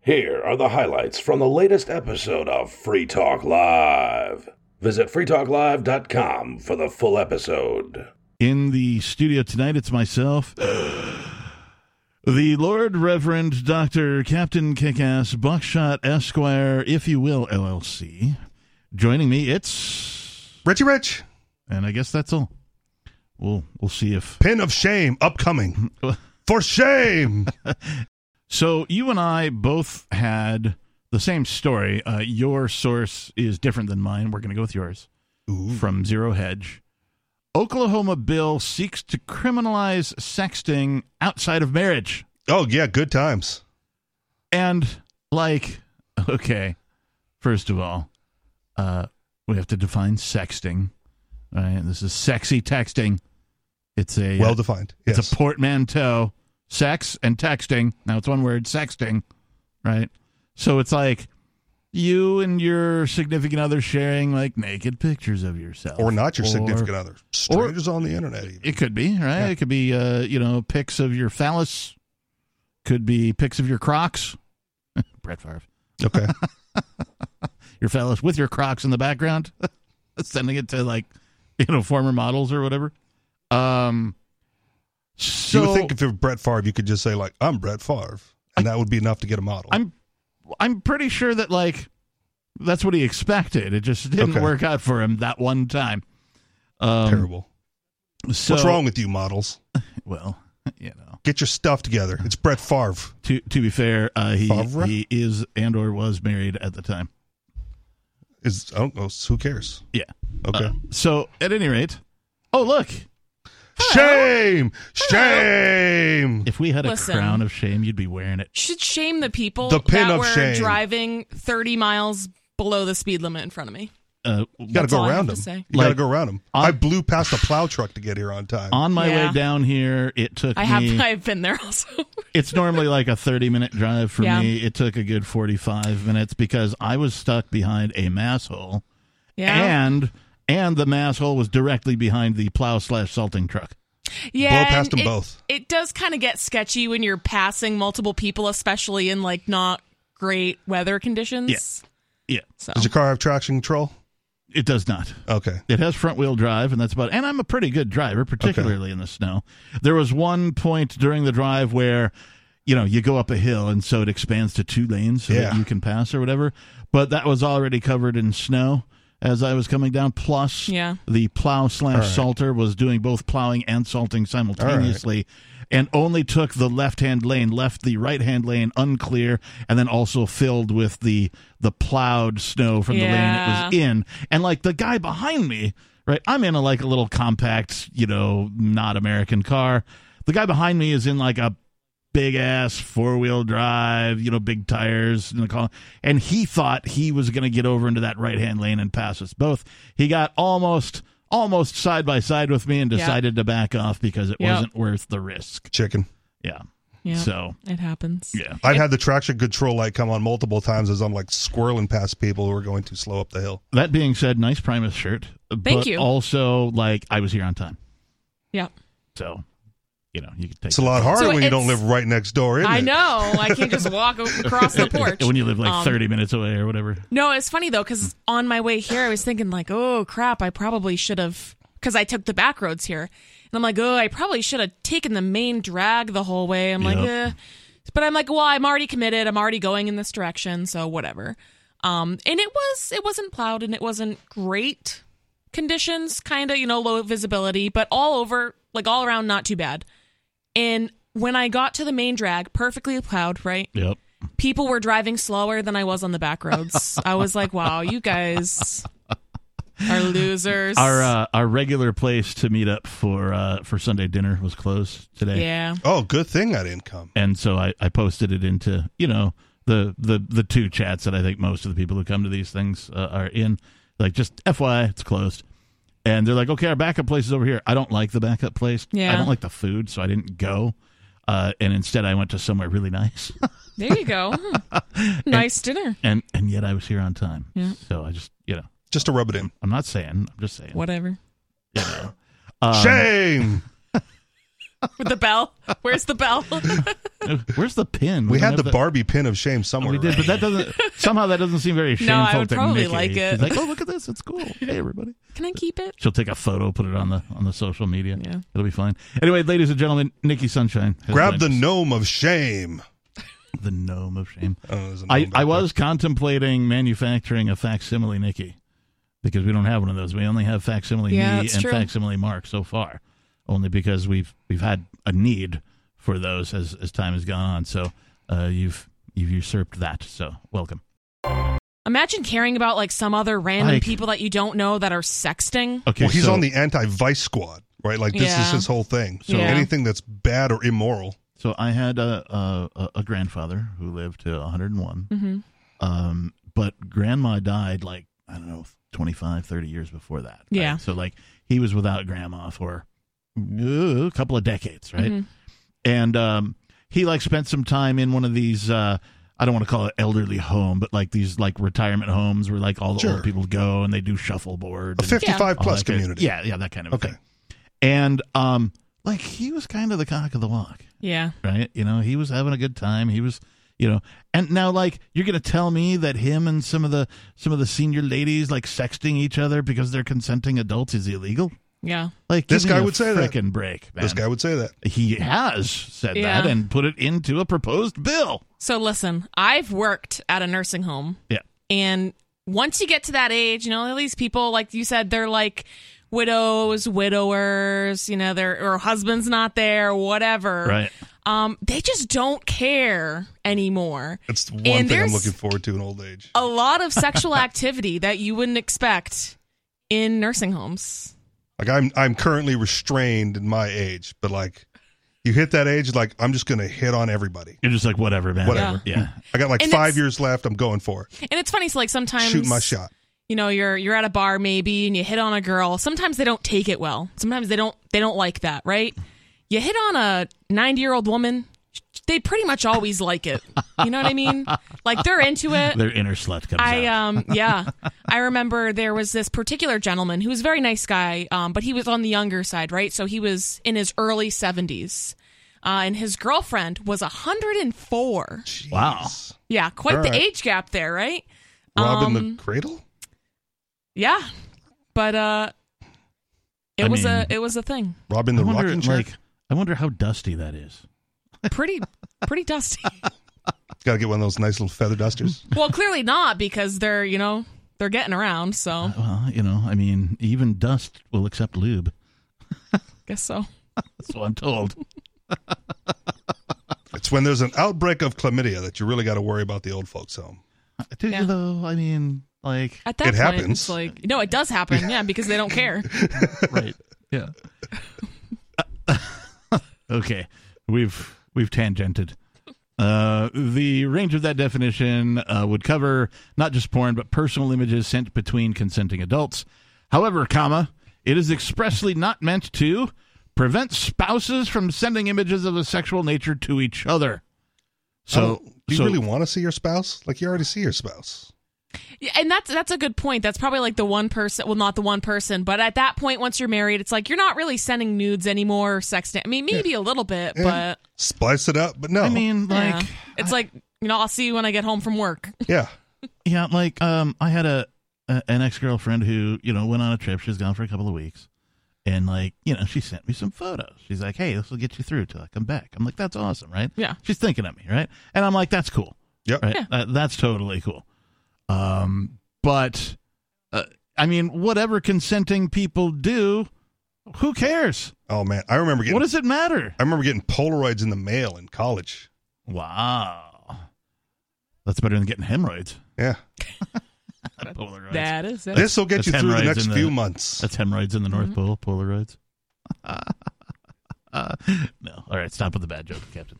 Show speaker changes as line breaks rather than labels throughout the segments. Here are the highlights from the latest episode of Free Talk Live. Visit freetalklive.com for the full episode.
In the studio tonight, it's myself, the Lord Reverend Dr. Captain Kickass Buckshot Esquire, if you will, LLC. Joining me, it's.
Richie Rich,
And I guess that's all. We'll, we'll see if.
Pin of Shame, upcoming. For shame!
So, you and I both had the same story. Uh, your source is different than mine. We're going to go with yours from Zero Hedge. Oklahoma bill seeks to criminalize sexting outside of marriage.
Oh, yeah, good times.
And like, okay, first of all, uh, we have to define sexting. All right, this is sexy texting. It's a uh,
Well defined. Yes.
it's a portmanteau, sex and texting. Now it's one word, sexting, right? So it's like you and your significant other sharing like naked pictures of yourself,
or not your significant other. Strangers on the internet, even.
It could be right. It could be uh, you know pics of your phallus. Could be pics of your Crocs. Brett Favre,
Okay.
your phallus with your Crocs in the background, sending it to like you know former models or whatever. Um, so
you would think if you're Brett Favre, you could just say, like, I'm Brett Favre. And that would be enough to get a model.
I'm I'm pretty sure that like that's what he expected. It just didn't
Okay.
work out for him that one time. Um,
Terrible.
So,
What's wrong with you, models?
Well, you know,
Get your stuff together. It's Brett Favre.
to to be fair, uh, he
Favre?
he is and or was married at the time.
Is I don't know. Who cares?
Yeah.
Okay.
Uh, so at any rate, oh look,
shame! Shame!
if we had a
Listen.
crown of shame, you'd be wearing it.
should shame the people
The pin
that
of
were
shame.
driving 30 miles below the speed limit in front of me.
Uh,
You got to
That's
go
all I
around
have to
them.
say.
You got to
Like,
go around them.
on-
I blew past a plow truck to get here on time.
on my
Yeah.
way down here, it took
I have
Mm.
me.
I've been there also.
it's normally like a 30 minute drive for
Yeah.
me. It took a good 45 minutes because I was stuck behind a mass hole.
yeah.
and and the mass hole was directly behind the plow slash salting truck.
yeah.
Blow past
and
them
it-
both.
It does kind of get sketchy when you're passing multiple people, especially in like not great weather conditions.
Yeah. Yeah,
So
Does your car have traction control?
it does not.
Okay.
It has front wheel drive, and that's about. And I'm a pretty good driver, particularly in the snow. There was one point during the drive where, you know, you go up a hill, and so it expands to two lanes so that
Yeah.
you can pass or whatever. But that was already covered in snow as I was coming down. Plus,
Yeah.
the plow slash
All right.
salter was doing both plowing and salting simultaneously, and only took the left hand lane, left the right hand lane unclear, and then also filled with the the plowed snow from the lane it
Yeah.
was in and like the guy behind me right i'm in a like a little compact you know not american car the guy behind me is in like a big ass four wheel drive you know big tires and the col- and he thought he was going to get over into that right hand lane and pass us both he got almost almost side by side with me and
Yeah.
decided to back off because it
Yeah.
wasn't worth the risk
Chicken.
yeah
yeah.
so
it happens.
yeah
I've had the traction control light come on multiple times as I'm like squirreling past people who are going too slow up the hill.
that being said nice primus shirt but
you.
also like i was here on time
Yeah.
so you know you could take
It's a lot harder
So
when you don't
it's-
live right next door, isn't
I
it?
know. I can't just walk o- across the porch.
when you live like
Um,
30 minutes away or whatever.
No, it's funny though because on my way here, I was thinking like, oh crap, I probably should have because I took the back roads here, and I'm like, oh, I probably should have taken the main drag the whole way. I'm like,
Yep.
eh. but I'm like, well, I'm already committed. I'm already going in this direction, so whatever. Um, and it was it wasn't plowed and it wasn't great conditions, kind of you know low visibility, but all over like all around not too bad. And when I got to the main drag, perfectly plowed, right?
Yep.
people were driving slower than I was on the back roads. I was like, wow, you guys are losers.
Our uh, our regular place to meet up for uh, for Sunday dinner was closed today.
yeah.
Oh, good thing I didn't come.
And so I, I posted it into, you know, the, the the two chats that I think most of the people who come to these things uh, are in. Like just FYI, it's closed. And they're like, "Okay, our backup place is over here." I don't like the backup place.
Yeah.
I don't like the food, so I didn't go. Uh, and instead I went to somewhere really nice.
There you go. Hmm. nice dinner.
and and yet I was here on time. So I just, you know,
Just to rub it in.
I'm not saying, I'm just saying.
Whatever.
Um,
Shame!
with the bell. Where's the bell?
Where's the pin?
We
don't
had the
have
Barbie pin of shame somewhere.
We did, but that doesn't somehow that doesn't seem very shameful.
I would
to
probably
Nikki.
like it.
She's like, oh, look at this, it's cool. Hey, everybody.
Can I keep it?
She'll take a photo, put it on the on the social media.
Yeah.
it'll be fine. Anyway, ladies and gentlemen, Nikki Sunshine. has
Grab the
joined
gnome of shame.
us. the gnome of shame.
Oh, there's a gnome
I,
back
I
there.
was contemplating manufacturing a facsimile Nikki because we don't have one of those. We only have facsimile
Yeah,
me
that's
and
true.
facsimile Mark so far, only because we've we've had a need for those as as time has gone on. So uh, you've you've usurped that. So welcome.
Imagine caring about like some other random
Like-
people that you don't know that are sexting.
Okay,
Well, he's
so-
on the anti-vice squad, right? Like this is
Yeah.
his whole thing. So
Yeah.
anything that's bad or immoral,
So I had a a, a grandfather who lived to 101,
Mm-hmm.
um, but grandma died like I don't know 25, 30 years before that. right?
Yeah.
So like he was without grandma for uh, a couple of decades, right?
Mhm.
And um, he like spent some time in one of these. Uh, I don't want to call it elderly home, but like these like retirement homes where like all the
Sure.
old people go and they do shuffleboard.
a
and-
55
all
plus
that kind of-
community.
yeah, yeah, that kind of
Okay.
thing. And um, like he was kind of the cock of the walk
Yeah.
right? You know, he was having a good time. He was, you know, and now like you're gonna tell me that him and some of the some of the senior ladies like sexting each other because they're consenting adults is illegal.
Yeah.
Like
This
give me
guy
a
would say that.
frickin' break, man.
This guy would say that.
he has said
Yeah.
that and put it into a proposed bill.
So listen, I've worked at a nursing home.
Yeah.
And once you get to that age, you know, these people, like you said, they're like widows, widowers, you know, their or husband's not there, whatever.
Right.
Um, they just don't care anymore.
That's the one
And
thing I'm
there's-
looking forward to in old age.
A lot of sexual activity that you wouldn't expect in nursing homes.
Like I'm I'm currently restrained in my age, but like you hit that age like I'm just going to hit on everybody.
You're just like whatever, man.
Whatever.
Yeah.
I got like
And
5
it's-
years left. I'm going for it.
And it's funny, so like sometimes
Shoot my shot.
you know you're you're at a bar maybe and you hit on a girl sometimes they don't take it well sometimes they don't they don't like that right you hit on a 90 year old woman they pretty much always like it you know what i mean like they're into it
Their inner slut comes
I
out.
um yeah. I remember there was this particular gentleman who was a very nice guy, um, but he was on the younger side, right? So he was in his early seventies. Uh, and his girlfriend was 104.
Wow.
Jeez.
Yeah, quite
All
the
right.
age gap there, right?
Robbing
Um,
the cradle?
Yeah, but uh, it
I
was
mean-
a it was a thing.
Robbing
I
the
wonder,
rocking chair?
like, I wonder how dusty that is.
Pretty pretty dusty.
Got to get one of those nice little feather dusters.
well, clearly not because they're you know they're getting around. So
Well, you know, I mean, even dust will accept lube.
guess so.
That's what I'm told.
it's when there's an outbreak of chlamydia that you really got to worry about the old folks home.
Do
Yeah.
you though? I mean, like,
At that
It
point,
happens.
it's like no, it does happen. Yeah, because they don't care.
right? Yeah. okay, we've we've tangented. Uh, the range of that definition uh, would cover not just porn, but personal images sent between consenting adults. However, comma, it is expressly not meant to prevent spouses from sending images of a sexual nature to each other. So,
Oh, do you
so-
really want to see your spouse? Like you already see your spouse.
Yeah, and that's that's a good point. That's probably like the one person. Well, not the one person, but at that point, once you're married, it's like you're not really sending nudes anymore. Or sexting. I mean, maybe a little bit,
Yeah.
but
Splice it up, but no.
I mean, like,
yeah. it's like you know, I'll see you when I get home from work.
yeah.
Yeah, like um, I had a, a an ex girlfriend who you know went on a trip. She was gone for a couple of weeks, and like you know, she sent me some photos. She's like, "Hey, this will get you through till I come back." I'm like, "That's awesome, right?"
Yeah.
She's thinking of me, right? And I'm like, "That's cool,
Yep.
right?
Yeah.
That- that's totally cool." Um, but uh, I mean, whatever consenting people do, who cares?
Oh man, I remember getting
What does it matter?
I remember getting Polaroids in the mail in college.
Wow, that's better than getting hemorrhoids.
Yeah.
Polaroids.
That is it.
This will get
that's
you through the
hemorrhoids
next
in the-
few months.
That's hemorrhoids in the North Pole, Polaroids. Uh, no. All right, stop with the bad joke, Captain.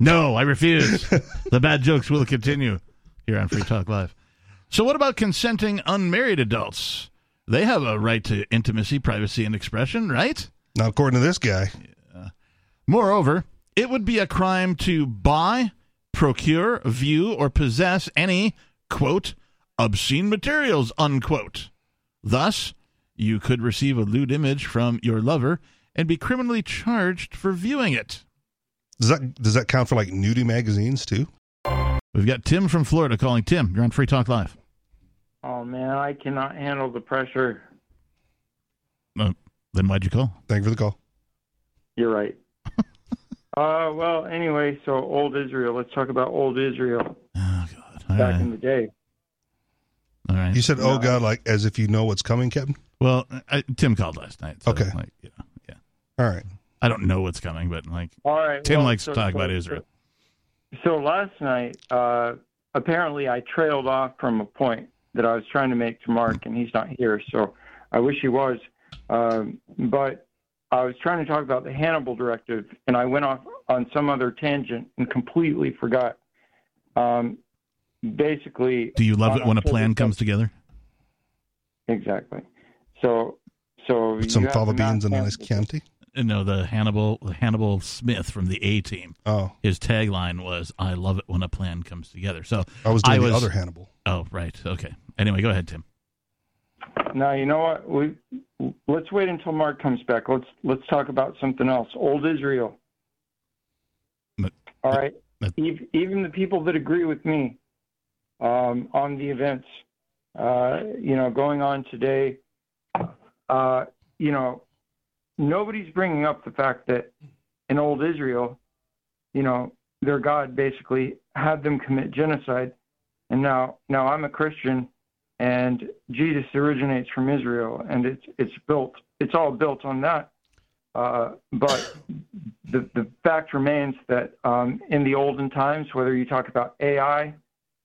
No, I refuse. the bad jokes will continue here on Free Talk Live. So, what about consenting unmarried adults? They have a right to intimacy, privacy, and expression, right?
Now according to this guy,
Moreover, it would be a crime to buy, procure, view, or possess any, quote, obscene materials, unquote. Thus, you could receive a lewd image from your lover and be criminally charged for viewing it.
Does that does that count for like nudie magazines too?
We've got Tim from Florida calling. Tim, you're on Free Talk Live.
Oh man, I cannot handle the pressure.
Uh, then why'd you call?
Thank you for the call.
You're right. uh, well, anyway, so old Israel. Let's talk about old Israel
Oh God! All
back
right.
in the day.
All right.
You said, "Oh God," like as if you know what's coming, Captain.
Well, I, Tim called last night. so,
Okay.
Like, yeah, yeah.
All right.
I don't know what's coming, but like
All right.
Tim
well,
likes
so-
to talk
so-
about Israel.
So last night, uh, apparently I trailed off from a point that I was trying to make to Mark, and he's not here. So I wish he was. Um, but I was trying to talk about the Hannibal Directive, and I went off on some other tangent and completely forgot. Um, basically,
Do you love
on
it when a
October
plan
7th
comes together?
Exactly. So, so
Put
you
some
have
fava
the mass
beans in a nice
transit.
Chianti.
Uh, No, the Hannibal Hannibal Smith from the A Team.
Oh,
His tagline was "I love it when a plan comes together." So
I was
I
doing
was-
the other Hannibal.
Oh, right. Okay. Anyway, go ahead, Tim.
Now you know what? We let's wait until Mark comes back. Let's let's talk about something else. Old Israel.
But-
All right.
but-
Ev- Even the people that agree with me um, on the events, uh, you know, going on today, uh, you know, nobody's bringing up the fact that in old Israel, you know, their God basically had them commit genocide, and now now I'm a Christian and Jesus originates from Israel, and it's it's built it's all built on that. Uh, but the the fact remains that um, in the olden times, whether you talk about AI,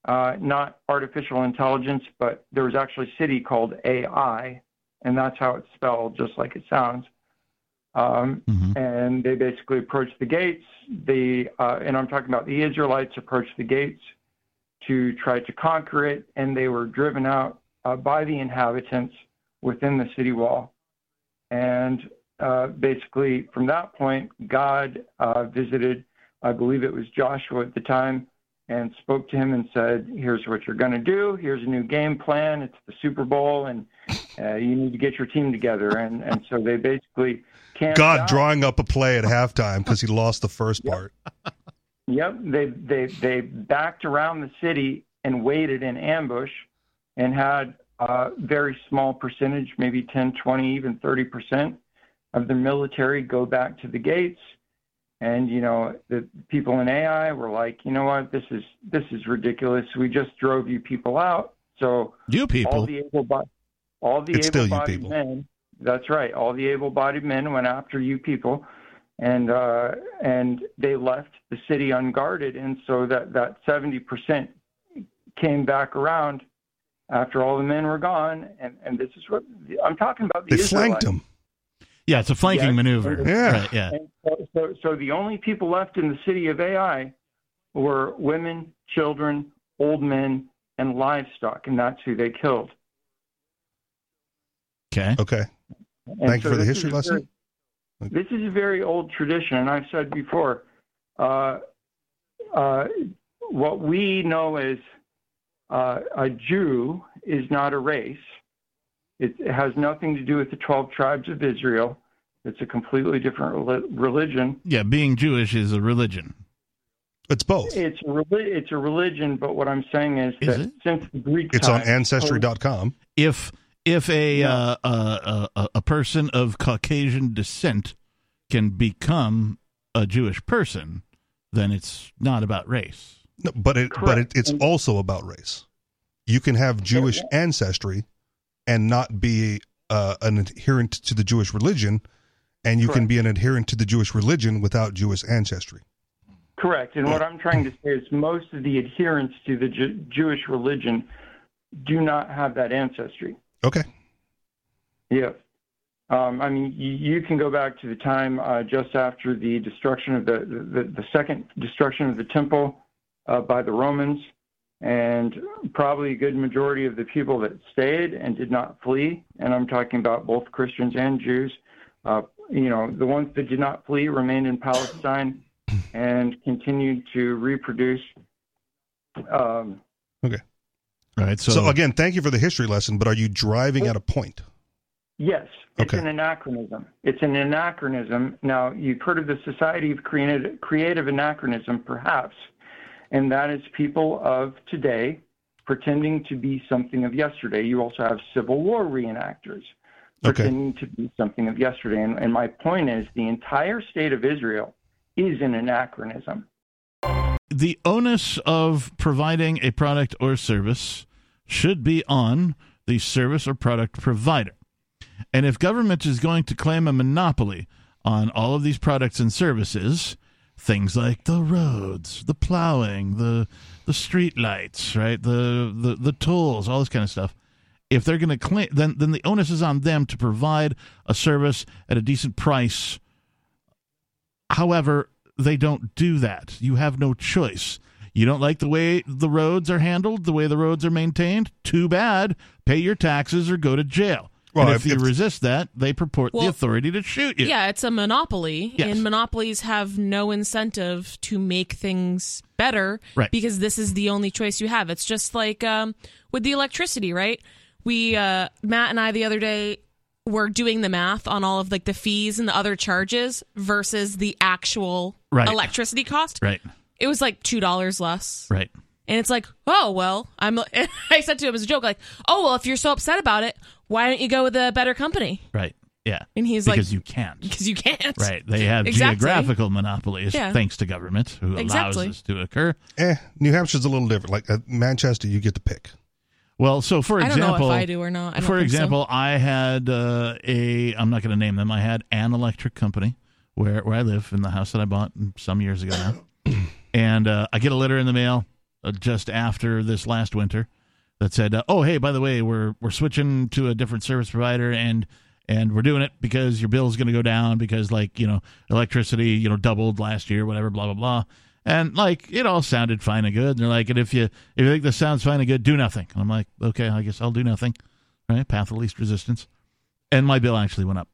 uh, not artificial intelligence, but there was actually a city called AI, and that's how it's spelled, just like it sounds. Um,
Mm-hmm.
and they basically approached the gates. The uh, and I'm talking about the Israelites approached the gates to try to conquer it, and they were driven out uh, by the inhabitants within the city wall. And uh, basically, from that point, God uh, visited, I believe it was Joshua at the time, and spoke to him and said, "Here's what you're going to do. Here's a new game plan. It's the Super Bowl, and uh, you need to get your team together." And and so they basically can't.
God drawing up a play at halftime because he lost the first part.
Yep, they they they backed around the city and waited in ambush, and had a very small percentage, maybe 10, 20, even 30 percent of the military go back to the gates. And you know the people in AI were like, you know what, this is this is ridiculous. We just drove you people out, so
You
all
people.
the able all the
It's still you
able-bodied
people.
men. That's right. All the able-bodied men went after you people, and uh, and they left the city unguarded, and so that that seventy percent came back around after all the men were gone, and and this is what I'm talking about. The
They flanked
Israelites.
him.
yeah, it's a flanking
Yeah.
maneuver.
Yeah.
Right, yeah.
And so, so, so the only people left in the city of AI were women, children, old men, and livestock, and that's who they killed.
Okay.
Okay.
And
Thank you for the
this
history
is a
lesson.
very- this is a very old tradition, and I've said before, uh, uh, what we know as uh, a Jew is not a race. It, it has nothing to do with the 12 tribes of Israel. It's a completely different reli- religion.
Yeah, being Jewish is a religion.
It's both.
It's a, reli- it's a religion, but what I'm saying is,
Is
that
it?
since the Greek
It's on
time-
ancestry.com.
if if a
Yeah.
uh, uh, a- a a person of Caucasian descent can become a Jewish person, then it's not about race.
No, but it but it,
Correct.
it's
And-
also about race. You can have Jewish ancestry and not be uh, an adherent to the Jewish religion, and you can
Correct.
be an adherent to the Jewish religion without Jewish ancestry.
Correct. And what I'm trying to say is most of the adherents to the Ju- Jewish religion do not have that ancestry.
Okay,
Yes. Um, I mean, you, you can go back to the time uh, just after the destruction of the, the, the second destruction of the temple uh, by the Romans, and probably a good majority of the people that stayed and did not flee, and I'm talking about both Christians and Jews, uh, you know, the ones that did not flee remained in Palestine and continued to reproduce. Um,
All right. So,
so, again, thank you for the history lesson. But are you driving at a point?
Yes, it's
Okay.
an anachronism. It's an anachronism. Now, you've heard of the Society of Creative, Creative Anachronism, perhaps, and that is people of today pretending to be something of yesterday. You also have Civil War reenactors
Okay.
pretending to be something of yesterday. And, and my point is the entire state of Israel is an anachronism.
the onus of providing a product or service should be on the service or product provider. And if government is going to claim a monopoly on all of these products and services, things like the roads, the plowing, the the street lights, right, the the, the tolls, all this kind of stuff, if they're going to claim, then then the onus is on them to provide a service at a decent price However, they don't do that. You have no choice. You don't like the way the roads are handled, the way the roads are maintained? Too bad. Pay your taxes or go to jail.
Well,
and if,
if-
you
if-
resist that, they purport the
Well,
authority to shoot you.
Yeah, it's a monopoly,
Yes.
and monopolies have no incentive to make things better
Right.
because this is the only choice you have. It's just like um, with the electricity, right? We uh, Matt and I the other day were doing the math on all of like the fees and the other charges versus the actual
Right.
electricity cost.
Right.
It was like two dollars less.
Right.
And it's like, oh well, I'm. I said to him as a joke, like, oh well, if you're so upset about it, why don't you go with a better company?
Right. Yeah.
And he's
because
like,
you can't.
because you can't.
Right. They have
Exactly.
geographical monopolies
Yeah.
thanks to government who
Exactly.
allows this to occur.
Eh, New Hampshire's a little different. Like uh, Manchester, you get to pick.
Well, so for
I don't
example,
know if I do or not. I don't
for
think so.
example, I had uh, a I'm not going to name them. I had an electric company where where I live in the house that I bought some years ago now, and uh, I get a letter in the mail uh, just after this last winter that said, uh, "Oh, hey, by the way, we're we're switching to a different service provider and." And we're doing it because your bill's going to go down because, like, you know, electricity, you know, doubled last year, whatever, blah blah blah. And like, it all sounded fine and good. And they're like, and if you if you think this sounds fine and good, do nothing. And I'm like, okay, I guess I'll do nothing right? Path of least resistance. And my bill actually went up.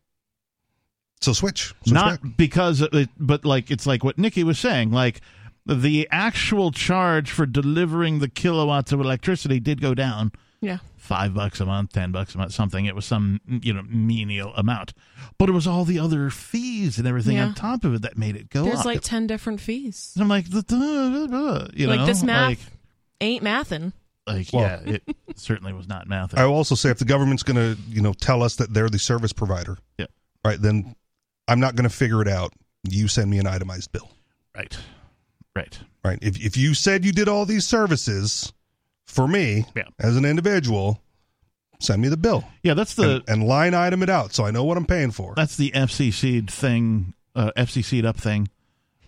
So switch. switch
Not
back.
because, of it, but like it's like what Nikki was saying, like the actual charge for delivering the kilowatts of electricity did go down
yeah,
five bucks a month, ten bucks a month, something. It was some you know menial amount, but it was all the other fees and everything
Yeah.
on top of it that made it go
there's
up.
like ten different fees.
And I'm like, duh, duh, duh, duh, you
like
know,
this math
like,
ain't mathin'.
like
Well-
yeah, it certainly was not math.
I will also say if the government's going to, you know, tell us that they're the service provider,
Yeah.
right? Then I'm not going to figure it out. You send me an itemized bill,
right, right.
right? If if you said you did all these services for me
Yeah.
as an individual, send me the bill
Yeah, that's the
and, and line item it out so I know what I'm paying for.
That's the FCC thing, uh, FCC up thing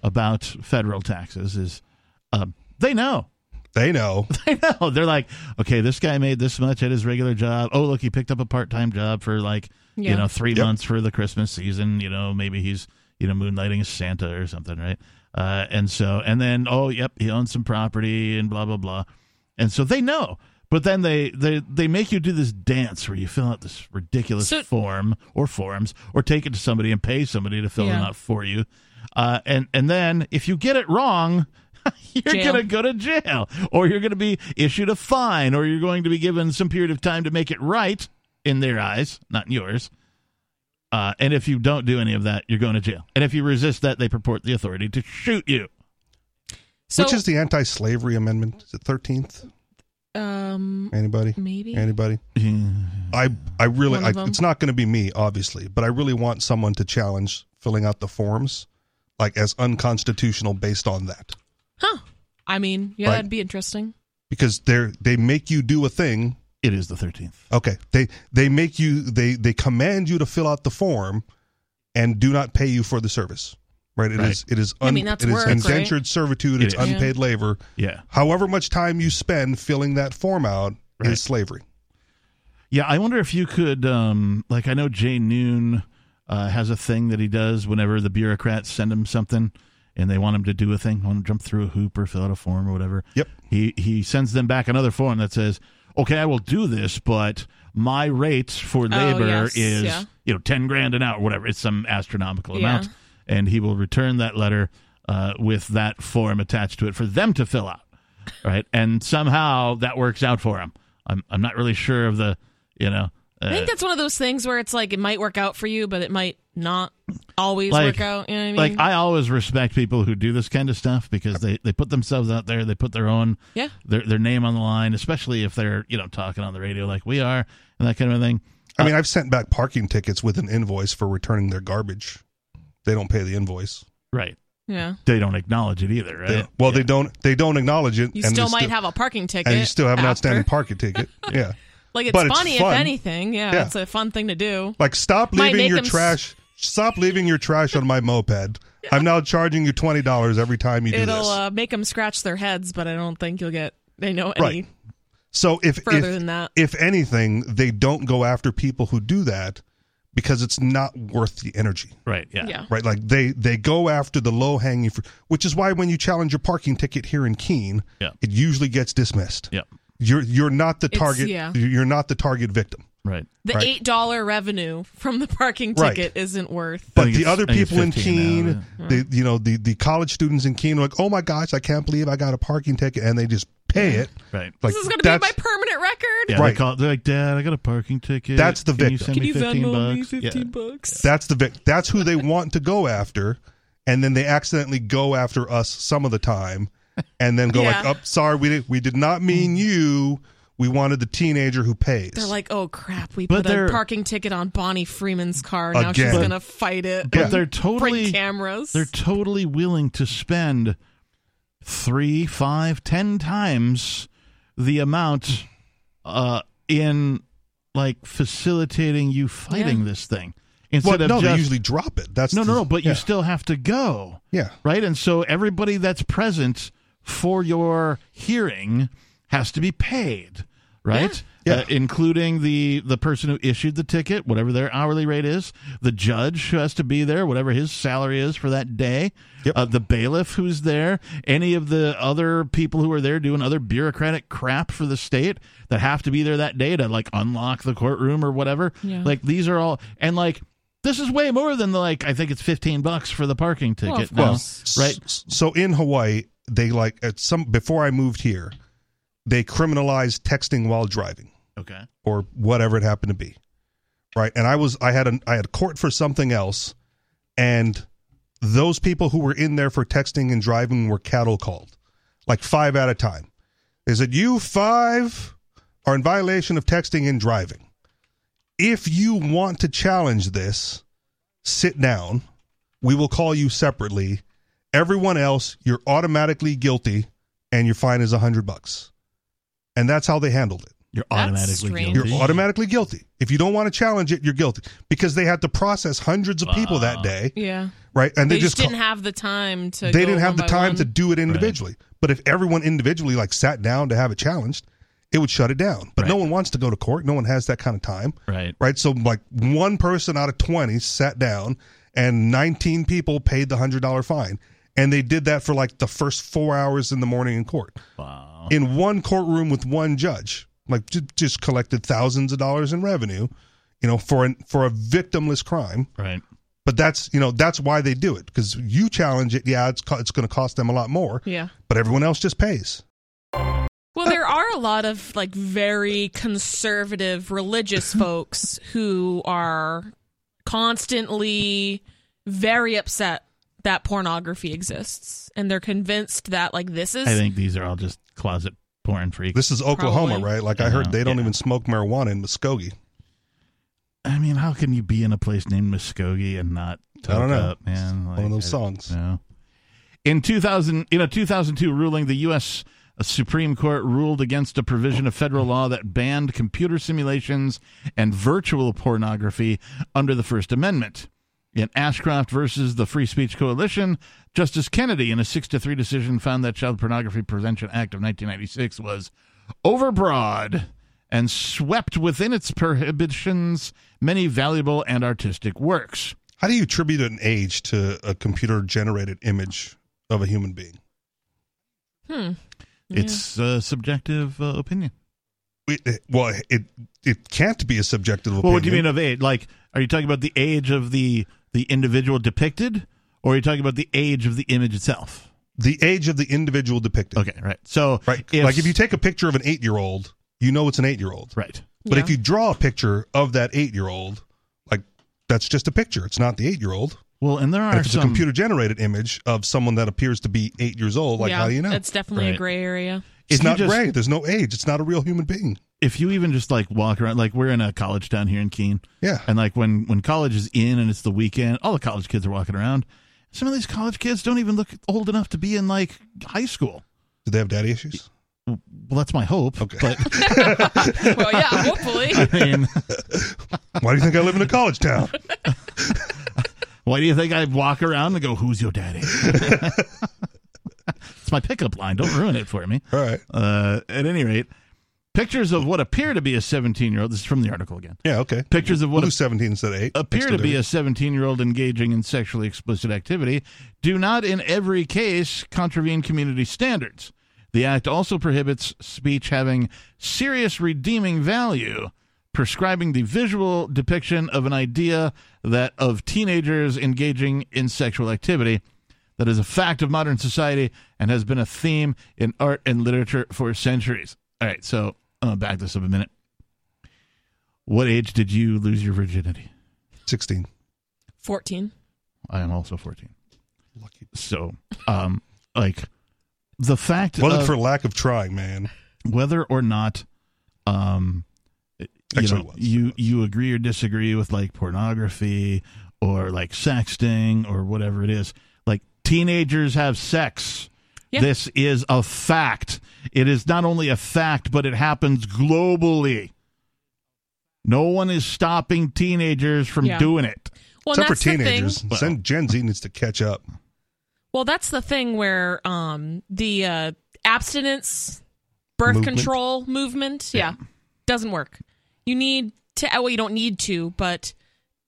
about federal taxes is um, they know.
They know.
They know. They're like, okay, this guy made this much at his regular job. Oh, look, he picked up a part time job for like,
Yeah.
you know, three
Yep.
months for the Christmas season. You know, maybe he's, you know, moonlighting as Santa or something, right? Uh, and so, and then, oh, yep, he owns some property and blah, blah, blah. And so they know. But then they, they, they make you do this dance where you fill out this ridiculous
So-
form or forms or take it to somebody and pay somebody to fill them
Yeah.
out for you. Uh, and, and then if you get it wrong, you're
Jail.
going to go to jail or you're going to be issued a fine or you're going to be given some period of time to make it right in their eyes, not in yours. Uh, and if you don't do any of that, you're going to jail. And if you resist that, they purport the authority to shoot you.
So,
Which is the anti-slavery amendment? Is it 13th?
um,
Anybody?
maybe
Anybody?
Yeah.
I I really
One of
I,
them.
it's not going to be me obviously, but I really want someone to challenge filling out the forms like as unconstitutional based on that
huh? I mean, yeah,
Right.
that'd be interesting.
because they're they make you do a thing.
It is the 13th.
Okay, they they make you they they command you to fill out the form and do not pay you for the service. Right? It
Right.
is it is
I mean, that's
it is
work, right?
indentured servitude,
It
it's
is.
Yeah.
unpaid labor.
Yeah.
However much time you spend filling that form out
Right.
is slavery.
Yeah, I wonder if you could, um, like, I know Jay Noon uh, has a thing that he does whenever the bureaucrats send him something and they want him to do a thing, want him to jump through a hoop or fill out a form or whatever.
Yep.
He he sends them back another form that says, "Okay, I will do this, but my rate for labor
Oh, yes,
is
yeah.
you know ten grand an hour, whatever. It's some astronomical
Yeah.
amount." And he will return that letter uh, with that form attached to it for them to fill out right? And somehow that works out for him. I'm I'm not really sure of the you know uh,
I think that's one of those things where it's like it might work out for you, but it might not always
Like-
work out. You know what I mean?
like I always respect people who do this kind of stuff because they, they put themselves out there, they put their own
yeah.
their their name on the line, especially if they're you know talking on the radio like we are and that kind of thing.
I mean, I've sent back parking tickets with an invoice for returning their garbage. They don't pay the invoice.
Right?
Yeah.
They don't acknowledge it either, right?
They- well, they don't. They don't acknowledge it.
You
and
still
they
might have a parking ticket.
and you still have an
after.
outstanding parking ticket. yeah,
Like
but
it's
it's
funny
fun.
if anything. Yeah,
Yeah.
It's a fun thing to do.
like stop
Might
leaving
make
your
them s-
trash. Stop leaving your trash on my moped. I'm now charging you twenty dollars every time you do
It'll
this.
uh, make them scratch their heads, but I don't think you'll get they know any
Right. so if
further
if,
than that.
if anything, they don't go after people who do that because it's not worth the energy.
Right? Yeah.
Yeah.
right like they they go after the low hanging fruit which is why when you challenge your parking ticket here in keene
Yeah.
it usually gets dismissed
Yeah.
you're you're not the
It's-
target
yeah.
you're not the target victim
Right.
The
Right.
eight dollar revenue from the parking
Right.
ticket isn't worth.
I
but
think
the
it's-
other
I think it's
people in
15 now,
keene the you know the the college students in keene are like oh my gosh i can't believe i got a parking ticket and they just pay it
Right.
like
This is going to be
that's
my permanent record.
Yeah,
Right.
they call, they're like, Dad, I got a parking ticket.
That's the
Can you
victim.
send
Can
me
you
15
Venmo me
bucks? Yeah.
fifteen bucks?
that's the vic- that's who they want to go after and then they accidentally go after us some of the time and then go like
Yeah.
oh sorry we did, we did not mean
Mm.
you we wanted the teenager who pays
They're like, oh crap, we
But
put a
they're-
parking ticket on Bonnie Freeman's car. Now
Again.
she's
But-
going to fight it.
But they're
Bring
totally
cameras.
they're totally willing to spend three, five, ten times the amount uh, in like facilitating you fighting
Yeah.
this thing
well
instead
no
of
they
just
usually drop it that's
no,
the-
no, no. But
yeah.
you still have to go.
yeah
right? And so everybody that's present for your hearing has to be paid, right?
Yeah.
Uh, including the the person who issued the ticket, whatever their hourly rate is, the judge who has to be there, whatever his salary is for that day,
Yep.
uh, the bailiff who's there, any of the other people who are there doing other bureaucratic crap for the state that have to be there that day to like unlock the courtroom or whatever.
Yeah.
Like these are all and like this is way more than the like I think it's 15 bucks for the parking ticket.
Well, of
now.
course.
Right.
S- so in hawaii they like at some before i moved here they criminalized texting while driving
Okay.
or whatever it happened to be right and i was i had an i had court for something else and those people who were in there for texting and driving were cattle called like five at a time they said you five are in violation of texting and driving if you want to challenge this sit down we will call you separately everyone else you're automatically guilty and your fine is a hundred bucks and that's how they handled it
You're
That's
automatically
strange.
guilty.
you're automatically guilty. If you don't want to challenge it, you're guilty because they had to process hundreds of people that day,
yeah.
right? And
They,
they,
just,
call-
didn't have the time to.
they
go
didn't have
one
the
by
time
one.
to do it individually. But if everyone individually like sat down to have it challenged, it would shut it down. But no
Right.
one wants to go to court. No one has that kind of time,
Right.
right? So like one person out of 20 sat down and 19 people paid the $100 fine. And they did that for like the first 4 hours in the morning in court.
Wow.
in one courtroom with one judge. Like ju- just collected thousands of dollars in revenue, you know, for an, for a victimless crime.
Right.
But that's you know that's why they do it because you challenge it. Yeah, it's co- it's going to cost them a lot more,
Yeah.
but everyone else just pays.
Well, there are a lot of like very conservative religious folks who are constantly very upset that pornography exists, and they're convinced that like this is
I think these are all just closet porn freaks.
This is Oklahoma,
Probably.
right? Like I
Yeah,
heard they don't
yeah.
even smoke marijuana in Muskogee.
I mean, how can you be in a place named Muskogee and not
I don't
toke
know.
up, man?
It's one of those
I-
songs.
No. In 2000 in a 2002 ruling, the US Supreme Court ruled against a provision of federal law that banned computer simulations and virtual pornography under the First Amendment. In Ashcroft versus the Free Speech Coalition, Justice Kennedy, in a 6 to 3 decision, found that Child Pornography Prevention Act of 1996 was overbroad and swept within its prohibitions many valuable and artistic works.
How do you attribute an age to a computer generated image of a human being?
hmm.
It's a subjective uh, opinion.
It, it- well, it it can't be a subjective opinion.
Well, what do you mean uh, of age? Like, are you talking about the age of the the individual depicted, or are you talking about the age of the image itself?
The age of the individual depicted.
Okay, right. So,
Right.
if,
like if you take a picture of an eight year old, you know it's an eight year old.
right,
But
Yeah.
if you draw a picture of that eight year old, like that's just a picture. It's not the eight year old.
Well, and there
And
are
if it's
some
a computer generated image of someone that appears to be eight years old, like
yeah,
how do you know?
It's
It's,
definitely
Right.
a gray area.
if you
not
just-
gray. There's no age. It's not a real human being.
If you even just like walk around, like we're in a college town here in Keene,
Yeah.
and like when when college is in and it's the weekend, all the college kids are walking around. Some of these college kids don't even look old enough to be in like high school.
Do they have daddy issues?
Well, that's my hope.
Okay.
But
Well, yeah, hopefully.
I mean,
Why do you think I live in a college town?
why do you think I walk around and go, "Who's your daddy?" it's my pickup line. Don't ruin it for me.
All right.
Uh, at any rate, pictures of what appear to be a 17 year old. This is from the article again.
Yeah, okay.
Pictures of what
We'll do 17 instead of 8.
appear to be a 17 year old engaging in sexually explicit activity do not, in every case, contravene community standards. The act also prohibits speech having serious redeeming value, prescribing the visual depiction of an idea that of teenagers engaging in sexual activity that is a fact of modern society and has been a theme in art and literature for centuries. All right, so I'm going to back this up a minute. What age did you lose your virginity?
16.
14.
I am also 14. So, um, like the fact
Wasn't
of
for lack of trying, man.
whether or not, um, you
Actually,
know,
it was.
you you agree or disagree with like pornography or like sexting or whatever it is, like teenagers have sex.
Yeah.
This is a fact. It is not only a fact, but it happens globally. No one is stopping teenagers from
Yeah.
doing it.
Well,
Except for
that's the thing.
teenagers.
Well-
Send Gen Z needs to catch up.
Well, that's the thing where um, the uh, abstinence birth
Movement.
control movement, yeah. doesn't work. You need to. uh, Well, you don't need to, but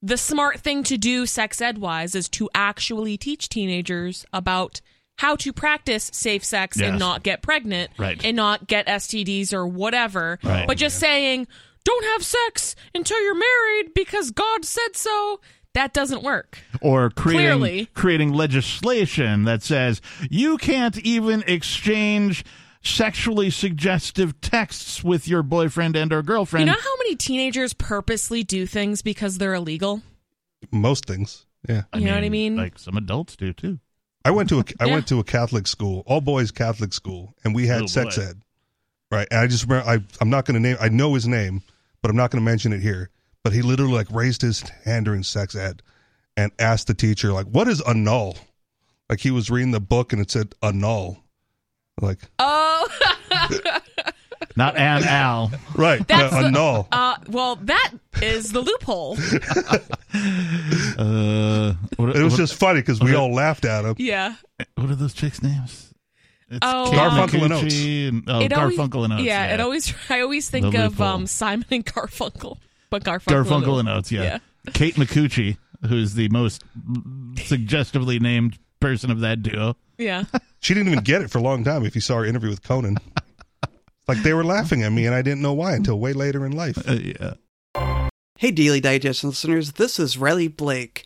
the smart thing to do, sex ed wise, is to actually teach teenagers about how to practice safe sex and
Yes.
not get pregnant,
Right.
and not get STDs or whatever.
Right.
But just saying, don't have sex until you're married because God said so. That doesn't work.
or creating
Clearly.
creating legislation that says you can't even exchange sexually suggestive texts with your boyfriend and or girlfriend.
You know how many teenagers purposely do things because they're illegal?
Most things. Yeah.
you know what I mean?
Like some adults do too.
I went to a I
Yeah.
went to a Catholic school, all boys Catholic school, and we had
Oh,
sex
boy.
ed. Right. And I just remember I I'm not gonna name I know his name, but I'm not gonna mention it here. But he literally like raised his hand during sex ed and asked the teacher, like, what is annul? Like he was reading the book and it said annul. Like
Oh,
Not an al.
Right.
That's
uh,
the-
annul.
uh, well, that is the loophole.
Uh, what,
it was
what-
just funny because we
okay.
all laughed at him.
yeah.
what are those chicks' names? It's
Oh,
Kate
Garfunkel and
Micucci and oh,
It always-
Garfunkel and Oates.
Yeah, it always. I always think
The
of
loophole.
um, Simon and Garfunkel, but Garfunkel.
Garfunkel and Oates. Yeah, Kate McCucci, who's the most suggestively named person of that duo.
Yeah.
She didn't even get it for a long time if you saw her interview with Conan. like they were laughing at me and I didn't know why until way later in life.
Uh, yeah.
Hey, Daily Digest listeners, this is Riley Blake.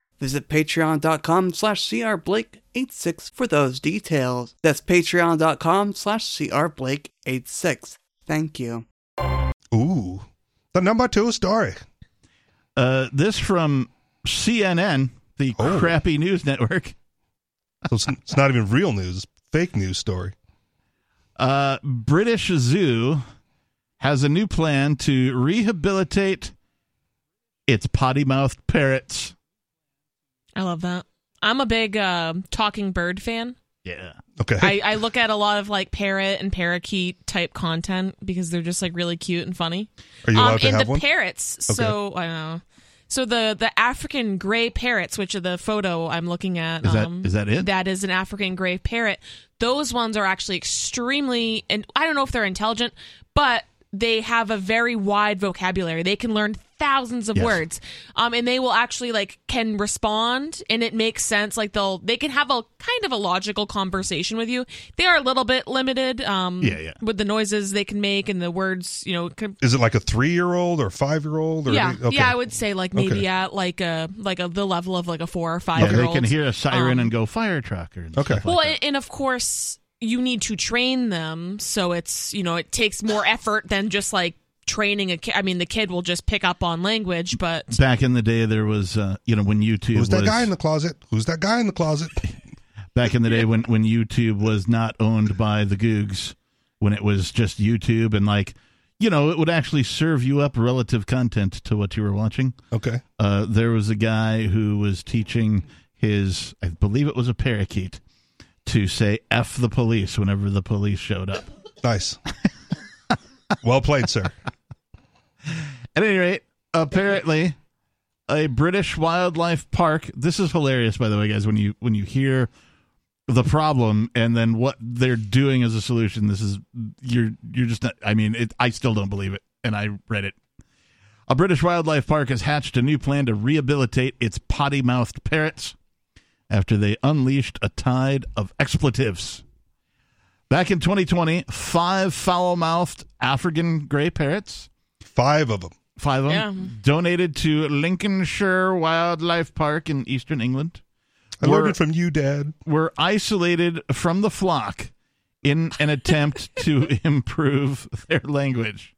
Visit patreon.com slash crblake86 for those details. That's patreon.com slash crblake86. Thank you.
Ooh. The number two story.
Uh, this from CNN, the
Oh.
crappy news network.
So it's, it's not even real news, it's fake news story.
Uh, British Zoo has a new plan to rehabilitate its potty mouthed parrots.
I love that. I'm a big um talking bird fan.
Yeah.
Okay.
I, I look at a lot of like parrot and parakeet type content because they're just like really cute and funny.
Are you allowed
um,
to
and
have
the
one?
parrots.
Okay.
So I don't know. So the the African gray parrots, which are the photo I'm looking at,
Is that-
um,
is that it?
That is an African gray parrot. Those ones are actually extremely, and I don't know if they're intelligent, but they have a very wide vocabulary. They can learn thousands of
Yes.
words, um, and they will actually like can respond, and it makes sense. Like they'll they can have a kind of a logical conversation with you. They are a little bit limited, um,
Yeah, yeah.
with the noises they can make and the words, you know, can,
Is it like a three year old or five year old? or
yeah,
okay.
yeah. I would say like maybe
Okay.
at like a like a the level of like a four or five
Yeah,
year
they
old.
can hear a siren
Um,
and go fire trucker. And
Okay.
Stuff like
well,
that.
and, and of course you need to train them, so it's you know it takes more effort than just like training a kid. I mean, the kid will just pick up on language, but
back in the day, there was uh, you know when YouTube
Who's
was
that guy in the closet? Who's that guy in the closet?
back in the day when when YouTube was not owned by the Googs, when it was just YouTube and like you know it would actually serve you up relative content to what you were watching.
Okay.
uh, there was a guy who was teaching his, I believe it was a parakeet, to say "f the police" whenever the police showed up.
Nice. well played, sir.
At any rate, apparently, a British wildlife park. This is hilarious, by the way, guys. When you when you hear the problem and then what they're doing as a solution, this is you're you're just not. I mean, it, I still don't believe it, and I read it. A British wildlife park has hatched a new plan to rehabilitate its potty-mouthed parrots after they unleashed a tide of expletives. Back in 2020, five foul-mouthed African gray parrots
Five of them.
five of them
Yeah.
donated to Lincolnshire Wildlife Park in eastern England
I
We're-
learned it from you, Dad.
were isolated from the flock in an attempt to improve their language.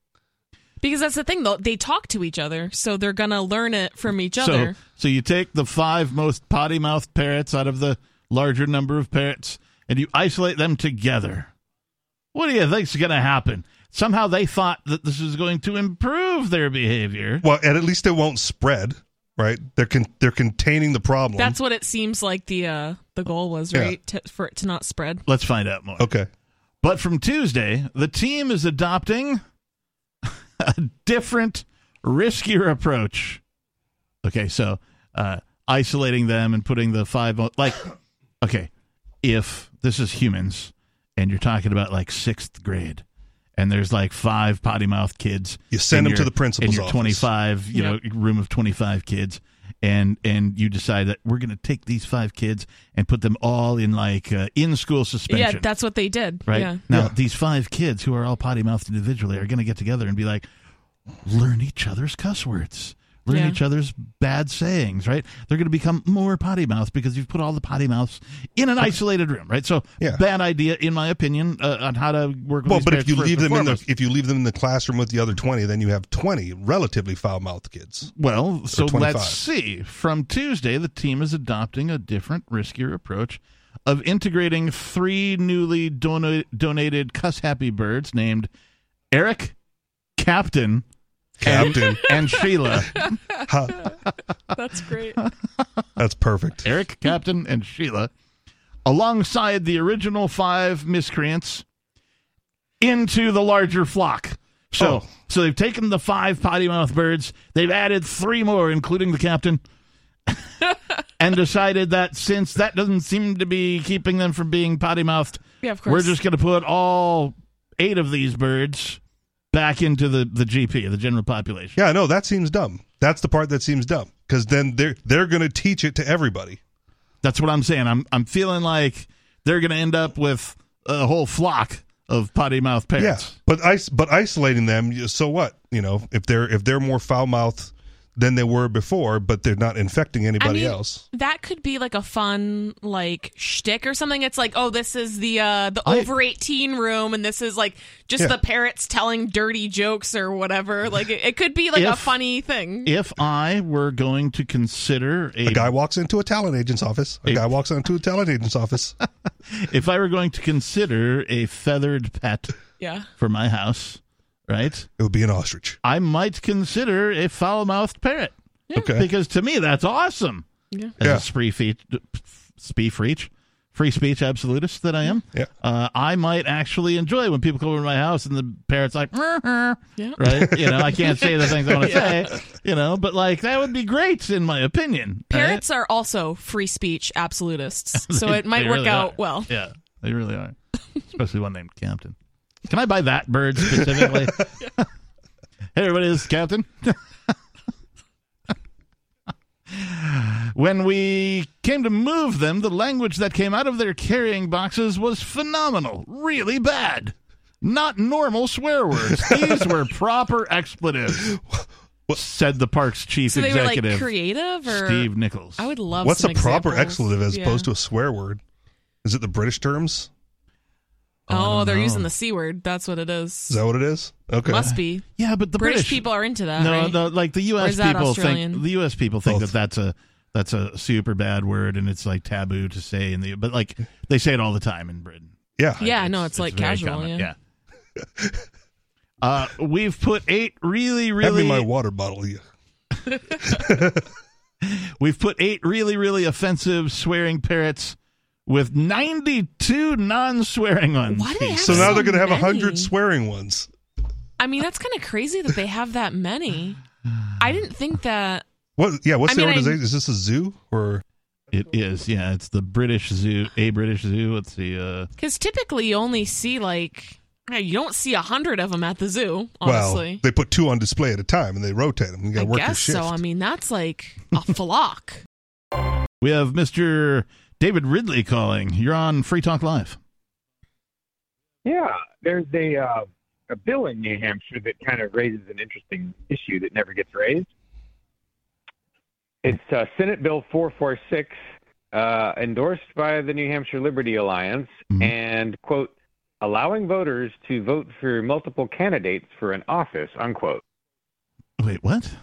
because that's the thing though, they talk to each other, so they're gonna learn it from each
So
other.
so you take the five most potty mouthed parrots out of the larger number of parrots and you isolate them together. What do you think's going to happen? Somehow they thought that this was going to improve their behavior.
Well, and at least it won't spread, right? They're con- they're containing the problem.
That's what it seems like the uh the goal was,
Yeah.
right? To, for it to not spread.
Let's find out more.
okay.
But from Tuesday, the team is adopting a different, riskier approach. Okay, so uh, isolating them and putting the five o- like, okay, if this is humans and you're talking about like sixth grade, and there's like five potty mouth kids,
You send
and
them to
you're-
the principal's
and you're
office.
25, you know, room of 25 kids, and and you decide that we're going to take these five kids and put them all in like uh, in school suspension
Yeah, that's what they did.
right?
Yeah.
Now,
Yeah.
these five kids who are all potty mouthed individually are going to get together and be like, learn each other's cuss words, learn
Yeah.
each other's bad sayings, right? They're going to become more potty mouthed because you've put all the potty mouths in an isolated room, right? So,
Yeah.
bad idea, in my opinion, uh, on how to work with
Well,
these
but if
parents
you
first
leave
and
them in the
foremost.
if you leave them in the classroom with the other twenty, then you have twenty relatively foul mouthed kids.
Well, so
25.
let's see. From Tuesday, the team is adopting a different, riskier approach of integrating three newly dono- donated cuss happy birds named Eric, Captain, and-
Captain.
and Sheila.
Ha,
That's great.
that's perfect.
Eric, Captain, and Sheila, alongside the original five miscreants, into the larger flock. So,
Oh.
so they've taken the five potty mouth birds, they've added three more, including the captain, and decided that since that doesn't seem to be keeping them from being potty mouthed,
Yeah, of course.
we're just going to put all eight of these birds back into the, the GP, the general population.
Yeah, no, that seems dumb. That's the part that seems dumb because then they're they're going to teach it to everybody.
That's what I'm saying. I'm I'm feeling like they're going to end up with a whole flock of potty mouth parrots.
Yeah, but is- but isolating them. you- So what? You know, if they're if they're more foul mouthed than they were before, but they're not infecting anybody
mean,
else.
That could be like a fun like shtick or something. It's like, oh, this is the uh the
I-
over eighteen room, and this is like just
Yeah.
the parrots telling dirty jokes or whatever. Like it, it could be like a
If-
funny thing.
If I were going to consider a,
A guy walks into a talent agent's office. A
Hey.
guy walks into a talent agent's office.
if I were going to consider a feathered pet
yeah,
for my house, right?
It would be an ostrich.
I might consider a foul-mouthed parrot
Okay.
because to me that's awesome.
Yeah.
As
Yeah.
a spree feet, spree freech, free speech absolutist that I am.
Yeah.
uh, I might actually enjoy when people come over to my house and the parrot's like, "Meh-meh,"
Yeah.
right? You know, I can't say the things I want to say, you know, but like that would be great in my opinion. right?
parrots are also free speech absolutists, so
They-
it might
they
work
really
out
are.
well.
Yeah, they really are, especially one named Captain. Can I buy that bird specifically? hey, everybody, this is Captain. When we came to move them, the language that came out of their carrying boxes was phenomenal, really bad. Not normal swear words. These were proper expletives, said the park's chief
So they
executive,
were like creative or
Steve Nichols.
I would love
What's
some
a proper
examples.
expletive as
Yeah.
opposed to a swear word? Is it the British terms?
I don't
Oh, they're
know.
using the C word. That's what it is.
Is that what it is? Okay.
Must be.
yeah, but the
British,
British,
people are into that.
No,
right?
no, like the
Or
U.S.
is that
people
Australian?
think the U.S. people think
Both.
that that's a that's a super bad word and it's like taboo to say in the but like they say it all the time in Britain.
yeah.
Yeah, no, it's, like
very
casual.
common,
yeah.
uh, we've put eight really,
Hand me
really.
my water bottle. You.
we've put eight really, really offensive swearing parrots with ninety-two non-swearing ones.
Why do they have
So now
So
they're going to have a
many.
hundred swearing ones.
I mean, that's kind of crazy that they have that many. I didn't think that.
What? Yeah. What's
I
the
mean, I-
organization? Is this a zoo or?
It is, yeah. It's the British Zoo, a British Zoo. Let's see. Uh,
Because typically you only see like. You don't see a hundred of them at the zoo,
Well,
honestly.
they put two on display at a time and they rotate them. You got
I
to work your
guess
shift.
so. I mean, that's like a flock.
we have Mister David Ridley calling. You're on Free Talk Live.
Yeah, there's a uh, a bill in New Hampshire that kind of raises an interesting issue that never gets raised. It's uh, Senate Bill 446, uh, endorsed by the New Hampshire Liberty Alliance,
Mhm.
and quote, allowing voters to vote for multiple candidates for an office, unquote.
Wait, what?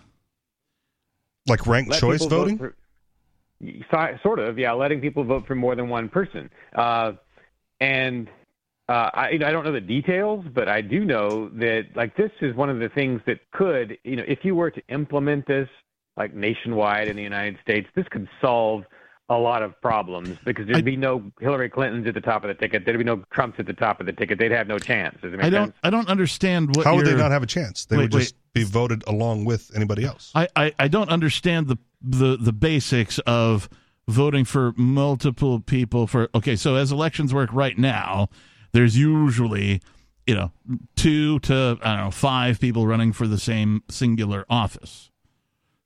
like ranked
Let
choice
people vote
voting.
for- Y- si- sort of, yeah, letting people vote for more than one person. Uh, and uh, I, you know, I don't know the details, but I do know that like this is one of the things that could, you know, if you were to implement this like nationwide in the United States, this could solve a lot of problems because there'd
I-
be no Hillary Clintons at the top of the ticket. There'd be no Trumps at the top of the ticket. They'd have no chance. Does it make
I don't.
sense?
I don't understand what.
How would
you're-
they not have a chance? They
Wait,
would just be voted along with anybody else.
I, I, I don't understand the, the the basics of voting for multiple people for okay so as elections work right now there's usually you know two to i don't know five people running for the same singular office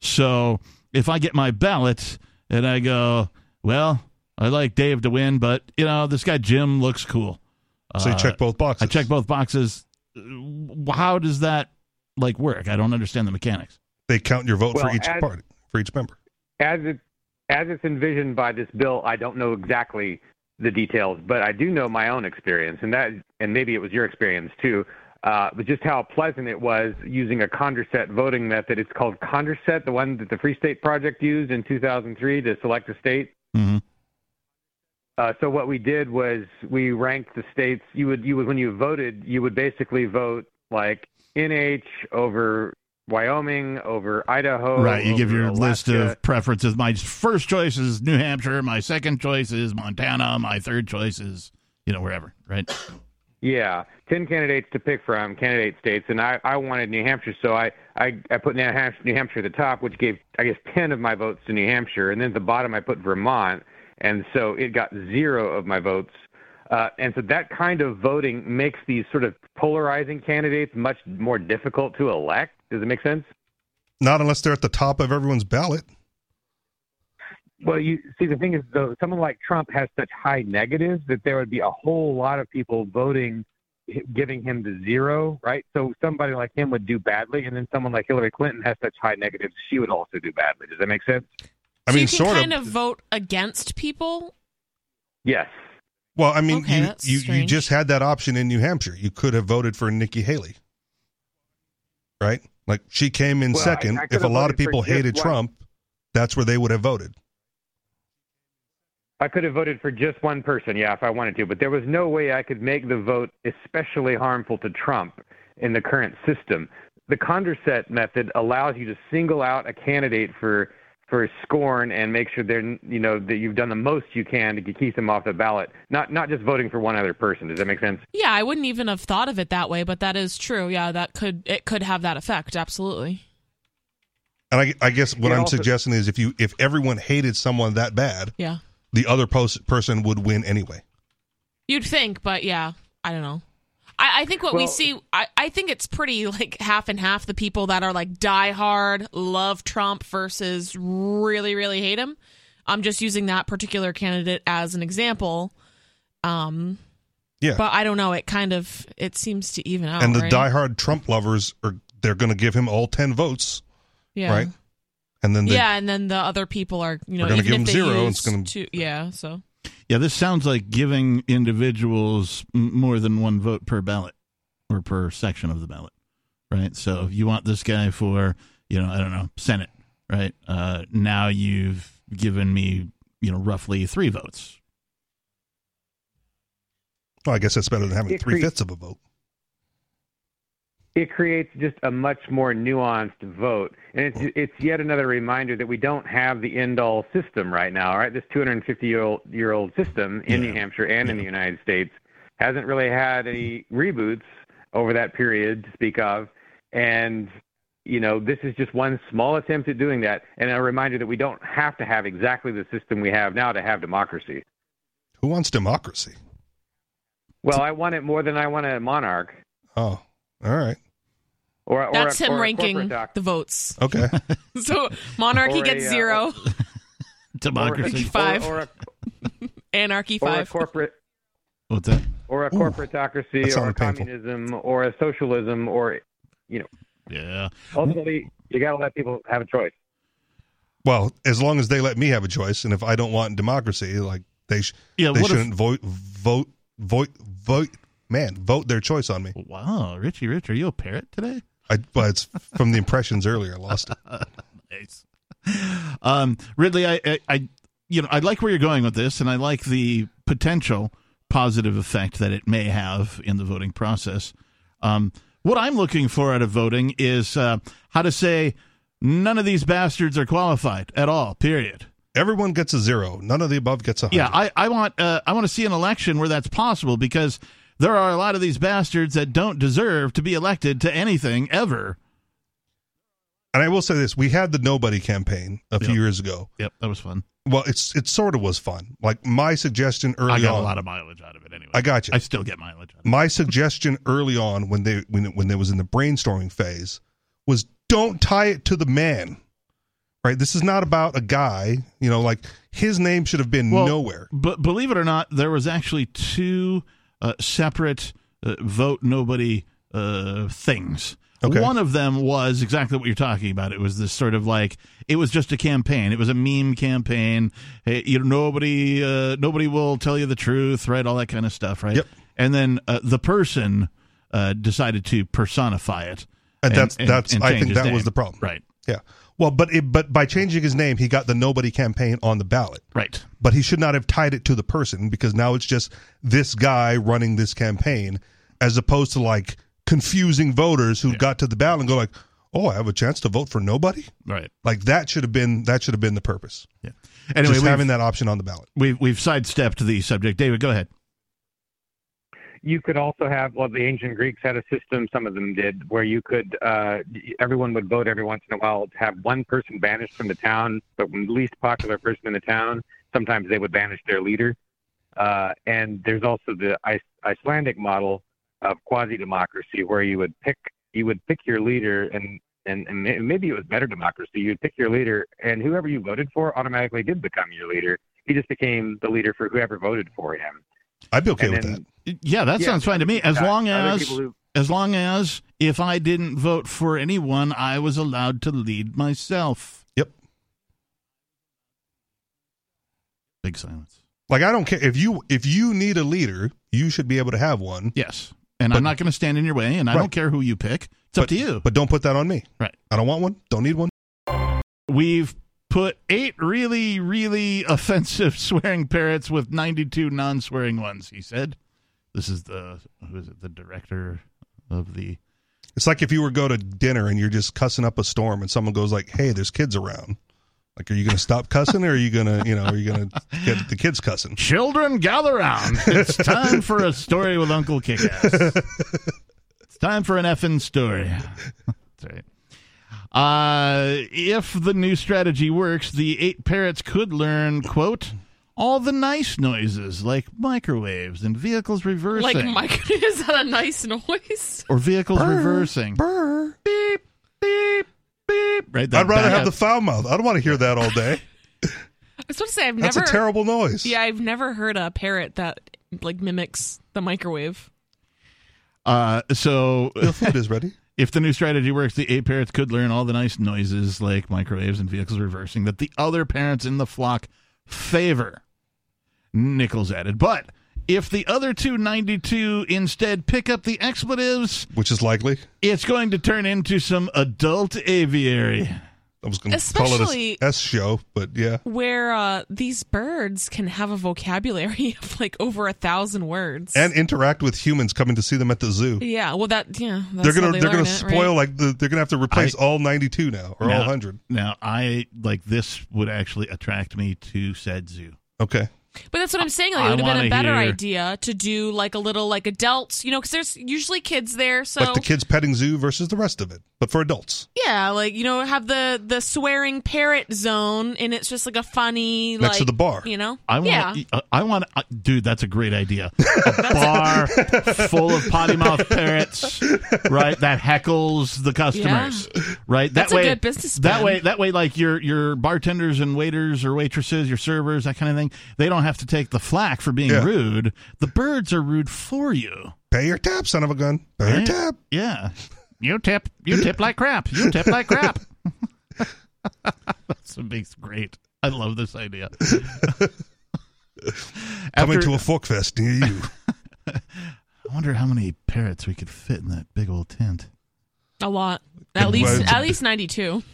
so if i get my ballot and i go well i like dave to win but you know this guy jim looks cool
So you
Uh,
check both boxes.
i check both boxes Uh, how does that like work i don't understand the mechanics
They count your vote for
Well,
each
as-
party, for each member.
as it as it's envisioned by this bill, I don't know exactly the details, but I do know my own experience, and that and maybe it was your experience too. Uh, but just how pleasant it was using a Condorcet voting method. It's called Condorcet, the one that the Free State Project used in 2003 to select a state.
Mhm.
Uh, so what we did was we ranked the states. You would you would when you voted, you would basically vote like NH over Wyoming over Idaho.
Right, you give
over
your list
Oh, Alaska.
of preferences. My first choice is New Hampshire. My second choice is Montana. My third choice is you know wherever. Right?
Yeah, ten candidates to pick from, candidate states, and I, I wanted New Hampshire, so I, I, I put New Hampshire, New Hampshire at the top, which gave I guess ten of my votes to New Hampshire, and then at the bottom I put Vermont, and so it got zero of my votes, uh, and so that kind of voting makes these sort of polarizing candidates much more difficult to elect. Does it make sense?
Not unless they're at the top of everyone's ballot.
Well, you see, the thing is, though, someone like Trump has such high negatives that there would be a whole lot of people voting, hi- giving him the zero, right? So somebody like him would do badly, and then someone like Hillary Clinton has such high negatives, she would also do badly. Does that make sense?
I
so
mean,
you can
sort
kind of vote against people.
Yes.
Well, I mean,
Okay,
you,
that's
you you
strange.
just had that option in New Hampshire. You could have voted for Nikki Haley, right? Like she came in
Well, I-
second.
I could
if a
have
lot of
voted for
people
just
hated
one.
Trump, that's where they would have voted.
I could have voted for just one person, yeah, if I wanted to, but there was no way I could make the vote especially harmful to Trump in the current system. The Condorcet method allows you to single out a candidate for for scorn and make sure they're you know that you've done the most you can to keep them off the ballot. Not not just voting for one other person. Does that make sense?
Yeah, I wouldn't even have thought of it that way, but that is true. Yeah, that could it could have that effect. Absolutely.
And I, I guess what
It
I'm
also-
suggesting is if you if everyone hated someone that bad,
Yeah,
the other post, person would win anyway.
you'd think, but yeah, I don't know. I, I think what we
Well-
see, I, I think it's pretty like half and half. The people that are like die hard, love Trump versus really, really hate him. I'm just using that particular candidate as an example. Um,
Yeah.
But I don't know. It kind of it seems to even out.
and the
Oh, right?
diehard Trump lovers are they're going to give him all ten votes,
yeah.
right? And then they,
yeah, and then the other people are you know
We're gonna
even
give
if
them
they
zero,
used
it's gonna-
to yeah. So
Yeah, this sounds like giving individuals m- more than one vote per ballot or per section of the ballot, right? So if you want this guy for, you know, I don't know, Senate, right? Uh, now you've given me, you know, roughly three votes.
well, I guess that's better than having
It
three fifths of a vote.
it creates just a much more nuanced vote and it's it's yet another reminder that we don't have the end all system right now all right this 250 year old year old system in
Yeah.
new hampshire and in the united states hasn't really had any reboots over that period to speak of and you know this is just one small attempt at doing that and a reminder that we don't have to have exactly the system we have now to have democracy
Who wants democracy?
well i want it more than i want a monarch
Oh, all right,
or, or a-
that's him
or a
ranking
corporate doc-
the votes.
okay.
So monarchy
Or a,
gets
uh,
zero,
Democracy.
Or- Five.
or, or a
anarchy
or a
five.
corporate
What's that?
or a
Ooh. That
corporatocracy or
sounded painful.
communism or a socialism or
Yeah.
ultimately you got to let people have a choice
Well, as long as they let me have a choice, and if I don't want democracy, like they sh-
Yeah.
they
What if,
shouldn't vote vote vote vote man vote their choice on me.
wow, Richie Rich, are you a parrot today?
I, but it's from the impressions earlier. I lost it.
Nice. Um, Ridley, I, I, I, you know, I like where you're going with this, and I like the potential positive effect that it may have in the voting process. Um, what I'm looking for out of voting is uh, how to say none of these bastards are qualified at all. Period.
Everyone gets a zero. None of the above gets a hundred.
Yeah, I, I want, uh, I want to see an election where that's possible because there are a lot of these bastards that don't deserve to be elected to anything ever.
and I will say this: we had the nobody campaign a few
Yep.
years ago.
Yep, that was fun.
Well, it's it sort of was fun. Like my suggestion early
I got
on,
a lot of mileage out of it anyway.
I got you.
I still get mileage out of it.
my suggestion early on when they when when they was in the brainstorming phase was don't tie it to the man. Right? This is not about a guy. You know, like his name should have been
Well,
nowhere.
But believe it or not, there was actually two uh, separate uh, vote nobody uh, things.
Okay.
One of them was exactly what you're talking about. It was this sort of like it was just a campaign. It was a meme campaign. Hey, you know, nobody, uh, nobody will tell you the truth, right? All that kind of stuff, right?
Yep.
And then uh, the person uh, decided to personify it.
And that's- that's- I
change
think
his
that was
name.
the problem.
Right.
Yeah. Well, but it, but by changing his name, he got the nobody campaign on the ballot.
Right.
But he should not have tied it to the person because now it's just this guy running this campaign, as opposed to like confusing voters who got to the ballot and go like, "Oh, I have a chance to vote for nobody."
Right.
Like that should have been that should have been the purpose.
Yeah. Anyway,
just
we've,
having that option on the ballot.
we've we've sidestepped the subject. David, go ahead.
you could also have well the ancient greeks had a system some of them did where you could uh, everyone would vote every once in a while to have one person banished from the town but the least popular person in the town sometimes they would banish their leader uh, and there's also the Ice- icelandic model of quasi democracy where you would pick you would pick your leader and and, and may- maybe it was better democracy you'd pick your leader and whoever you voted for automatically did become your leader he just became the leader for whoever voted for him
I'd be okay
And
with
then-
that.
Yeah, that
Yeah,
sounds fine to me. As
Uh,
long
other
as
people who-
as long as if I didn't vote for anyone, I was allowed to lead myself.
Yep.
Big silence.
Like I don't care if you if you need a leader, you should be able to have one.
Yes. And
But-
I'm not going to stand in your way, and I
Right.
don't care who you pick. It's up
But
to you.
But don't put that on me.
Right.
I don't want one. Don't need one.
We've put eight really, really offensive swearing parrots with 92 non swearing ones, he said. This is the, who is it, the director of the
It's like if you were to go to dinner and you're just cussing up a storm, and someone goes like, "Hey, there's kids around." Like, are you going to stop cussing, or are you going to, you know, are you going to get the kids cussing?
Children, gather round. It's time for a story with Uncle Kickass. it's time for an effing story. That's right. Uh, if the new strategy works, the eight parrots could learn, quote, all the nice noises like microwaves and vehicles reversing.
Like Mike, is that a nice noise?
or vehicles reversing.
Brr.
Beep, beep, beep. Right, that
I'd rather
back
have
up.
the foul mouth. I don't want to hear that all day.
I was going to say I've
That's
never.
a terrible noise.
Yeah, I've never heard a parrot that like mimics the microwave.
Uh, so
Your food is ready.
if the new strategy works, the eight parrots could learn all the nice noises like microwaves and vehicles reversing that the other parents in the flock favor. Nichols added, but if the other two ninety-two instead pick up the expletives,
Which is likely.
it's going to turn into some adult aviary.
I was going to call it
Especially-
a S show, but yeah.
Where uh, these birds can have a vocabulary of like over a thousand words.
And interact with humans coming to see them at the zoo.
yeah, well, that yeah, that's
They're gonna
how
they
they
are gonna
learn it,
spoil
right?
like the, they're gonna have to replace
I-
all ninety two now or
No.
all hundred.
Now, I like this would actually attract me to said zoo.
Okay.
But that's what I'm saying. Like,
I
it would have been
wanna
a better
hear-
idea to do like a little like adults, you know, because there's usually kids there. So
like the kids petting zoo versus the rest of it, but for adults.
yeah, like you know, have the the swearing parrot zone, and it's just like a funny
Next
like,
to the bar.
You know,
I want,
yeah,
I, want, uh, dude. That's a great idea. A bar full of potty mouth parrots, right? That heckles the customers, right? That
That's a
way,
good business
that
plan.
way, that way, like your your bartenders and waiters or waitresses, your servers, that kind of thing. They don't have to take the flack for being
Yeah.
rude. The birds are rude for you.
Pay your tab, son of a gun. Pay your
Right?
tab.
Yeah. You tip. You tip like crap. You tip like crap. That's what makes great. I love this idea.
Coming
After-
to a fork fest near you.
I wonder how many parrots we could fit in that big old tent.
a lot. At
Good
least
words.
at least ninety two.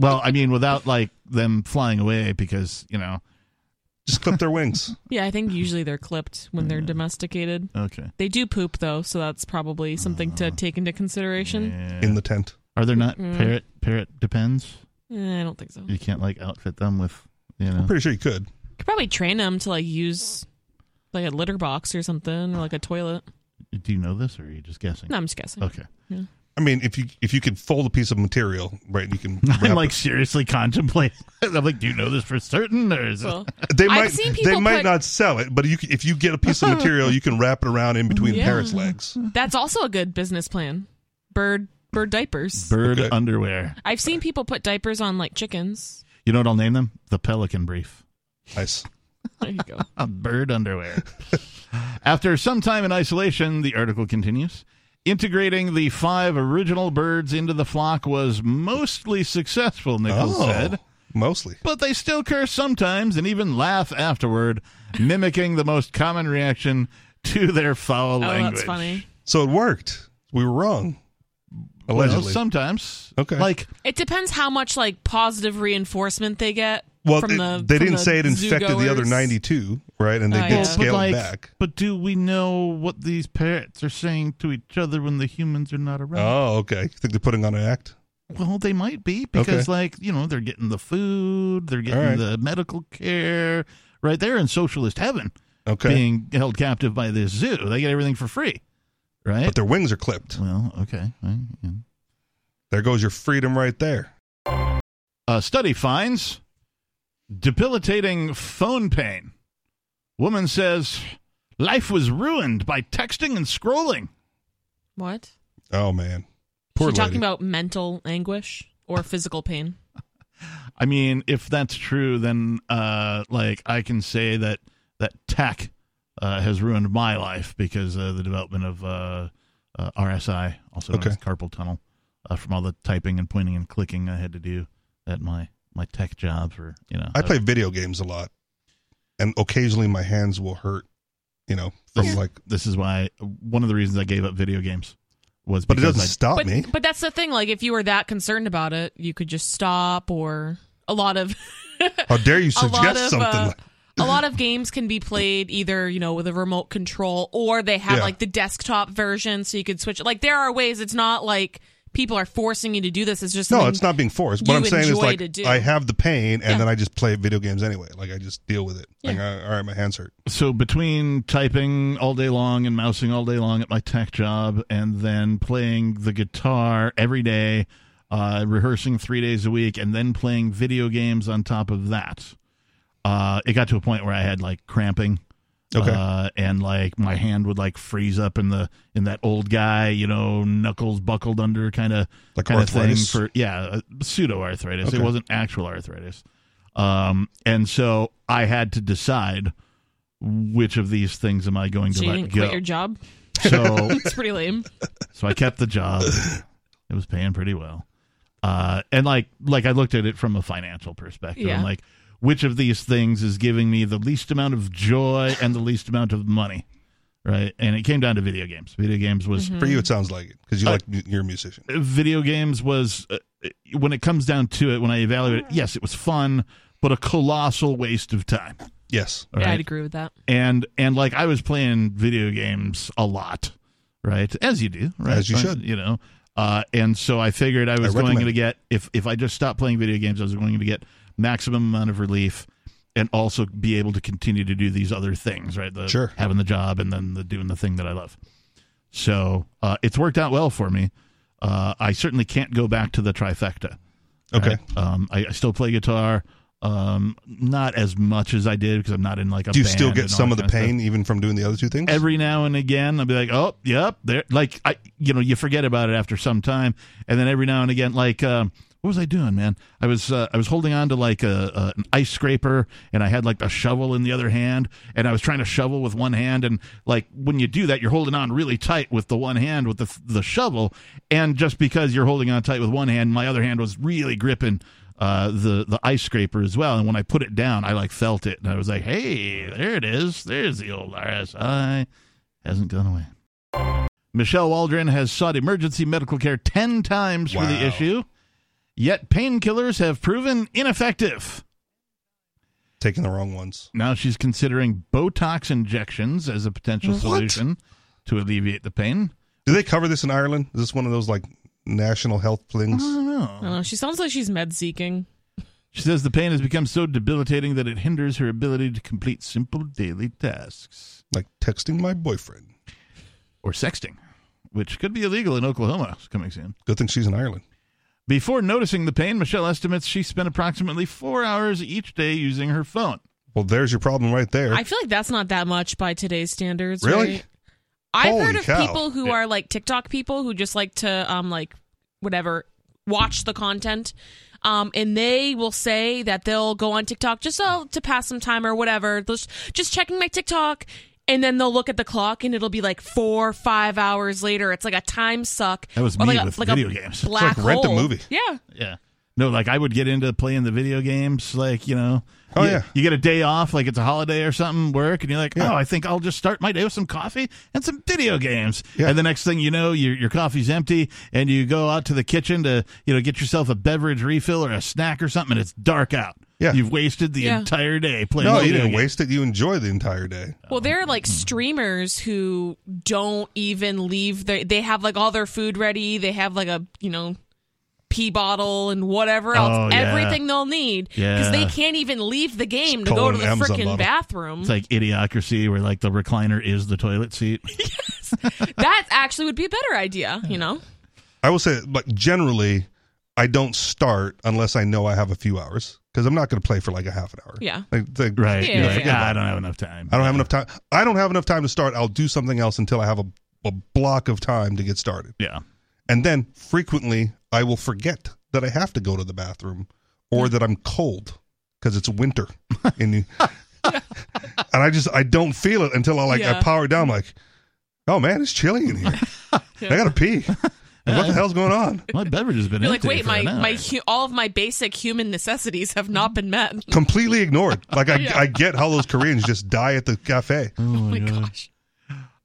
Well, I mean, without like them flying away because you know.
Just clip their wings.
Yeah, I think usually they're clipped when they're domesticated.
Okay.
They do poop though, so that's probably something
Uh,
to take into consideration.
Yeah.
in the tent.
Are there not
Mm.
parrot parrot depends?
Eh, I don't think so.
You can't like outfit them with you know.
Pretty sure you could.
Could probably train them to like use like a litter box or something, or like a toilet.
Do you know this or are you just guessing?
No, I'm just guessing.
Okay.
I mean, if you if you could fold a piece of material, right? You can.
I'm
wrap
like
it.
seriously contemplating. I'm like, do you know this for certain or is it?
Well,
they
I've
might
seen
they
people
might
put-
not sell it, but you c- if you get a piece of material, you can wrap it around in between
Yeah.
parrot's legs.
that's also a good business plan. Bird bird diapers.
Bird
Okay.
underwear.
I've seen people put diapers on like chickens.
You know what I'll name them? The Pelican Brief.
Nice.
There you go.
A bird underwear. After some time in isolation, the article continues. Integrating the five original birds into the flock was mostly successful, Nichols
Oh,
said.
mostly.
But they still curse sometimes and even laugh afterward, mimicking the most common reaction to their foul
Oh,
language.
that's funny.
So it worked. We were wrong.
Well,
Allegedly.
sometimes.
Okay.
Like,
It depends how much like positive reinforcement they get.
well,
from
it-
the,
they
from
didn't
the
say it infected the other
zoo-goers.
ninety-two, right? And they
Oh,
did
yeah. Well, but
scale it back.
But do we know what these parrots are saying to each other when the humans are not around?
Oh, okay. You think they're putting on an act?
Well, they might be because,
Okay.
like, you know, they're getting the food, they're getting
All right.
the medical care, right? They're in socialist heaven
Okay.
being held captive by this zoo. They get everything for free, right?
but their wings are clipped.
Well, okay. right, yeah.
There goes your freedom right there.
A Uh, study finds debilitating phone pain. Woman says life was ruined by texting and scrolling.
What?
Oh man, poor
She's
lady.
talking about mental anguish or physical pain.
I mean, if that's true, then uh, like I can say that that tech uh, has ruined my life because uh, the development of uh, uh, RSI, also known
Okay.
as carpal tunnel, uh, from all the typing and pointing and clicking I had to do at my my tech job for you know.
I play video games a lot, and occasionally my hands will hurt. You know, from like,
This is why one of the reasons I gave up video games was
but it
because
doesn't
I-
stop
but
me.
but that's the thing. Like if you were that concerned about it, you could just stop. Or a lot of
How dare you
a lot
suggest
of
something?
uh,
like,
a lot of games can be played either you know with a remote control or they have
Yeah.
like the desktop version, so you could switch. Like there are ways. It's not like people are forcing you to do this. It's just
no,
something-
it's not being forced. What
you
I'm saying is
enjoy
like,
to do.
I have the pain, and
Yeah.
then I just play video games anyway. Like I just deal with it. Like,
Yeah.
I, all right, my hands hurt.
So between typing all day long and mousing all day long at my tech job, and then playing the guitar every day, uh, rehearsing three days a week, and then playing video games on top of that, uh, it got to a point where I had like cramping.
Okay.
Uh, and like my hand would like freeze up in the in that old guy, you know, knuckles buckled under kind of
Like
kind of thing
arthritis?
for yeah, pseudo arthritis.
Okay.
It wasn't actual arthritis. Um, and so I had to decide which of these things am I going to
So you
let
didn't
go.
quit your job?
so
It's pretty lame.
so I kept the job. It was paying pretty well. Uh, and like like I looked at it from a financial perspective.
Yeah.
I'm like, which of these things is giving me the least amount of joy and the least amount of money? Right. And it came down to video games. Video games was
For
Mm.
you, it sounds like it because you
Uh,
like you're a musician.
Mm-hmm.
video games was uh, when it comes down to it, when I evaluate it, yes, it was fun, but a colossal waste of time.
Yes,
All
Yeah,
right?
I'd agree with that.
and and like I was playing video games a lot, right? As you do, right?
As you should.
you know. Uh, and so I figured I was
I
going
recommend
to
it.
get if if I just stopped playing video games, I was going to get maximum amount of relief, and also be able to continue to do these other things, right? The,
Sure.
having the job and then the doing the thing that I love. So uh, it's worked out well for me. Uh, I certainly can't go back to the trifecta.
Okay.
right? Um, I, I still play guitar, um, not as much as I did because I'm not in like a.
Do you
band
still get
and all
some of
that
the
kind stuff
pain even from doing the other two things?
every now and again i'll be like oh yep there like i you know you forget about it after some time and then every now and again like um what was i doing man i was uh, i was holding on to like a, a an ice scraper and i had like a shovel in the other hand and i was trying to shovel with one hand and like when you do that you're holding on really tight with the one hand with the the shovel and just because you're holding on tight with one hand my other hand was really gripping uh, the the ice scraper as well. And when I put it down, I like felt it, and I was like, "Hey, there it is. There's the old RSI. Hasn't gone away." Michelle Waldron has sought emergency medical care ten times for the
Wow.
issue, yet painkillers have proven ineffective.
Taking the wrong ones.
Now she's considering Botox injections as a potential
What?
solution to alleviate the pain.
Do they cover this in Ireland? Is this one of those like national health
I
things?
don't
I don't
know.
Uh-huh.
know. Uh, She sounds like she's med seeking.
She says the pain has become so debilitating that it hinders her ability to complete simple daily tasks.
Like texting my boyfriend.
or sexting, which could be illegal in Oklahoma coming soon.
Good thing she's in Ireland.
Before noticing the pain, Michelle estimates she spent approximately four hours each day using her phone.
Well, there's your problem right there.
I feel like that's not that much by today's standards.
Really?
right? I've
Holy
heard of
cow.
people who are like TikTok people who just like to um like whatever watch the content. Um, and they will say that they'll go on TikTok just uh, to pass some time or whatever. Just, just checking my TikTok, and then they'll look at the clock, and it'll be like four, five hours later. It's like a time suck.
That was
Or
me
like a-
with
like a
video games.
Black
like rent a
hole.
movie.
Yeah,
Yeah. No, like I would get into playing the video games, like, you know.
Oh,
you,
yeah.
You get a day off, like it's a holiday or something, work, and you're like,
Yeah.
oh, I think I'll just start my day with some coffee and some video games.
Yeah.
And the next thing you know, your, your coffee's empty, and you go out to the kitchen to, you know, get yourself a beverage refill or a snack or something, and it's dark out.
Yeah.
You've wasted the
Yeah.
entire day playing
no, you
video
didn't
games.
waste it. You enjoyed the entire day.
Well, there are like
Hmm.
streamers who don't even leave their. They have like all their food ready. They have like a you know pee bottle and whatever else,
Oh, yeah.
everything they'll need
Yeah.
they can't even leave the game
Just
to
call
go
it
to
an
the
Amazon
frickin'
bottle.
bathroom.
It's like idiocracy where like the recliner is the toilet seat.
that actually would be a better idea. You know,
I will say, like, generally, I don't start unless I know I have a few hours because I'm not going to play for like a half an hour.
Yeah.
Like, like,
Right.
Yeah,
You're
yeah,
like,
yeah.
"Ah, I don't have enough time.
I don't have enough time. I don't have enough time to start. I'll do something else until I have a, a block of time to get started.
Yeah.
And then frequently, I will forget that I have to go to the bathroom or that I'm cold because it's winter. And, you, and I just, I don't feel it until I like, I
Yeah.
power down, like, oh man, it's chilly in here. I got to pee. What the hell's going on?
My beverage has been
you're like,
empty
wait,
for
my
an hour."
my hu- all of my basic human necessities have not been met.
Completely ignored. Like, I,
Yeah.
I get how those Koreans just die at the cafe.
Oh
Oh
my
my
god.
gosh.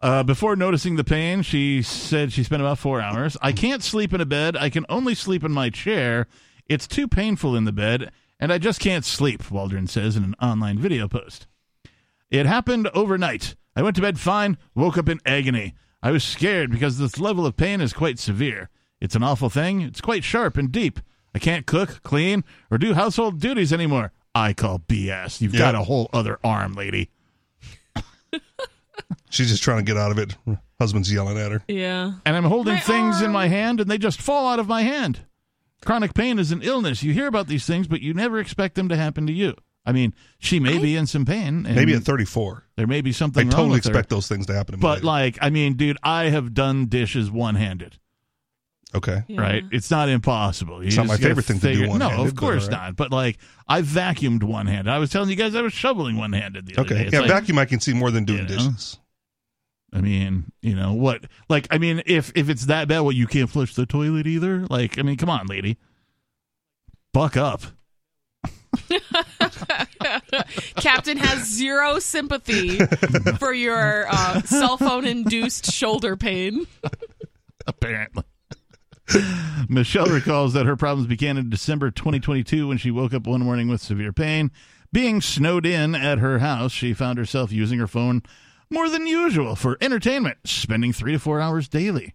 Uh, before noticing the pain, she said she spent about four hours. I can't sleep in a bed. I can only sleep in my chair. It's too painful in the bed, and I just can't sleep, Waldron says in an online video post. It happened overnight. I went to bed fine, woke up in agony. I was scared because this level of pain is quite severe. It's an awful thing. It's quite sharp and deep. I can't cook, clean, or do household duties anymore. I call BS. You've
Yeah.
got a whole other arm, lady.
She's just trying to get out of it. Her husband's yelling at her.
Yeah.
and I'm holding
My
things in
arm.
my hand and they just fall out of my hand. Chronic pain is an illness. You hear about these things, but you never expect them to happen to you. I mean, she may be in some pain. And
Maybe at 34.
there may be
I
something wrong
totally
with her.
expect those things to happen to me.
But
later.
like, I mean, dude, I have done dishes one handed.
Okay.
Yeah.
right? It's not impossible. You
It's not
just
my
gotta
favorite thing to do
figure- No,
one-handed,
of
but
course
all right.
not. But like I vacuumed one handed. I was telling you guys I was shoveling one handed the other day.
Okay.
It's
Yeah,
like-
vacuum I can see more than doing
You know?
dishes.
I mean, you know what? Like, I mean, if if it's that bad, what you can't flush the toilet either. Like, I mean, come on, lady, buck up.
Captain has zero sympathy for your uh, cell phone induced shoulder pain.
Apparently. Michelle recalls that her problems began in December 2022 when she woke up one morning with severe pain. Being snowed in at her house, she found herself using her phone more than usual for entertainment, spending three to four hours daily.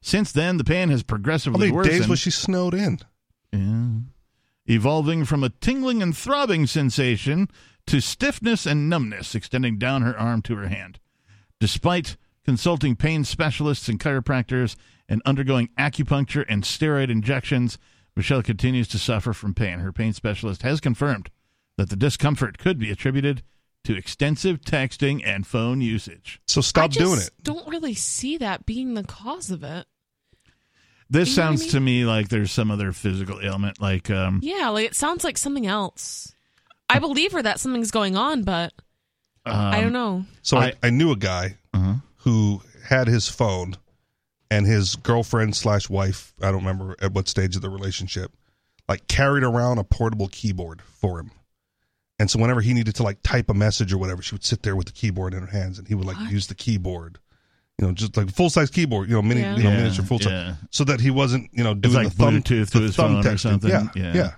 Since then, the pain has
How
progressively
many
worsened.
days was she snowed in?
Yeah. Evolving from a tingling and throbbing sensation to stiffness and numbness extending down her arm to her hand. Despite consulting pain specialists and chiropractors and undergoing acupuncture and steroid injections, Michelle continues to suffer from pain. Her pain specialist has confirmed that the discomfort could be attributed to extensive texting and phone usage.
So stop
I just
doing it.
Don't really see that being the cause of it.
This
You know what I
sounds to me like there's some other physical ailment, like um,
Yeah, like it sounds like something else. I believe her that something's going on, but I
um,
don't know.
So I,
I-
I knew a guy
uh-huh.
who had his phone and his girlfriend slash wife, I don't remember at what stage of the relationship, like carried around a portable keyboard for him. And so whenever he needed to like type a message or whatever, she would sit there with the keyboard in her hands and he would like
What?
use the keyboard. You know, just like full size keyboard, you know, mini
Yeah.
you know,
Yeah,
miniature full size.
yeah.
So that he wasn't, you know, doing
like
the thumb
Bluetooth to
the
his
thumb
phone or
texting.
something.
Yeah,
Yeah.
yeah.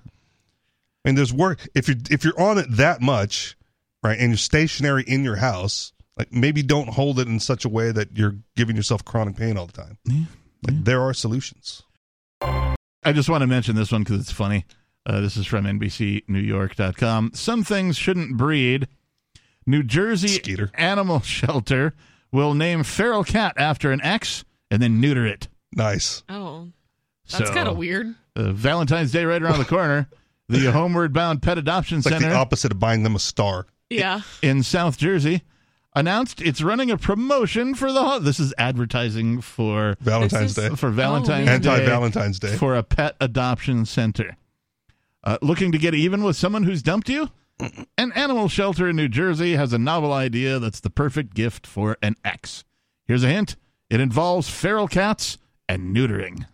I mean there's work if you're if you're on it that much, right, and you're stationary in your house, like maybe don't hold it in such a way that you're giving yourself chronic pain all the time.
Yeah,
Like there are solutions.
I just want to mention this one because it's funny. Uh, this is from NBCNewYork.com. Some things shouldn't breed. New Jersey
Skeeter.
Animal Shelter will name feral cat after an ex and then neuter it.
Nice.
Oh, that's
so,
kind of weird.
Uh, Valentine's Day right around the corner. The Homeward Bound Pet Adoption
It's like
Center
the opposite of buying them a star.
Yeah.
in South Jersey announced it's running a promotion for the. ho- This is advertising for
Valentine's
This
Day.
is-
for Valentine's
man.
Day.
Anti Valentine's Day.
for a pet adoption center. Uh, looking to get even with someone who's dumped you? An animal shelter in New Jersey has a novel idea that's the perfect gift for an ex. Here's a hint it involves feral cats and neutering.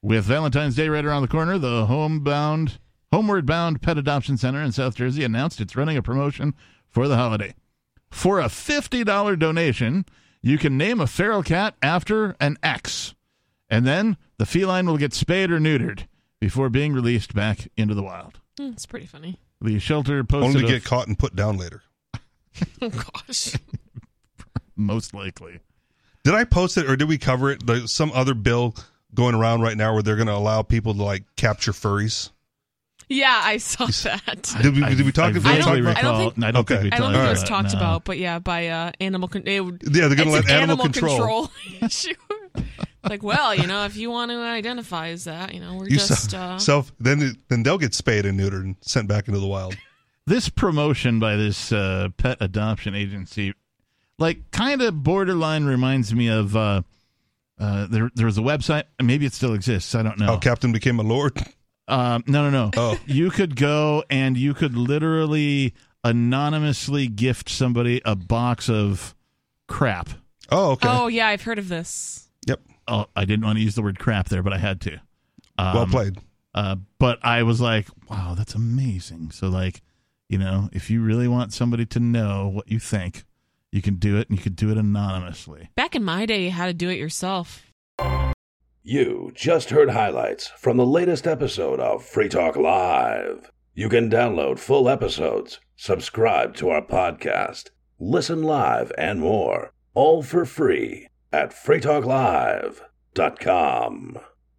With Valentine's Day right around the corner, the homebound, homeward bound pet adoption center in South Jersey announced it's running a promotion for the holiday. For a $50 donation, you can name a feral cat after an ex and then the feline will get spayed or neutered before being released back into the wild.
Mm, It's pretty funny.
The shelter posted
Only to
a-
get caught and put down later.
Oh, gosh.
most likely.
Did I post it or did we cover it? There's some other bill going around right now where they're going to allow people to like capture furries.
Yeah, I saw that.
Did we, did we talk, did we
I
talk
vaguely
don't-
about
I don't
recall-
think-
no, I don't
Okay.
think we
I don't
talked
think it was
about
talked
no.
about, but yeah, by uh, animal con- they would-
Yeah, they're going to
it's
let
an
animal, control.
issue. like, well, you know, if you want to identify as that, you know, we're
You
just
se-
uh,
self then it- then they'll get spayed and neutered and sent back into the wild.
This promotion by this uh, pet adoption agency, like, kind of borderline reminds me of uh, uh, there. There was a website. Maybe it still exists. I don't know.
How Captain became a lord.
Um, no, no, no.
Oh.
You could go and you could literally anonymously gift somebody a box of crap.
Oh, okay.
Oh yeah, I've heard of this.
Yep.
Oh, I didn't want to use the word crap there, but I had to. Um,
Well played.
Uh, but I was like, wow, that's amazing. So, like, you know, if you really want somebody to know what you think, you can do it and you can do it anonymously.
Back in my day, you had to do it yourself.
You just heard highlights from the latest episode of Free Talk Live. You can download full episodes, subscribe to our podcast, listen live, and more, all for free at freetalklive.com.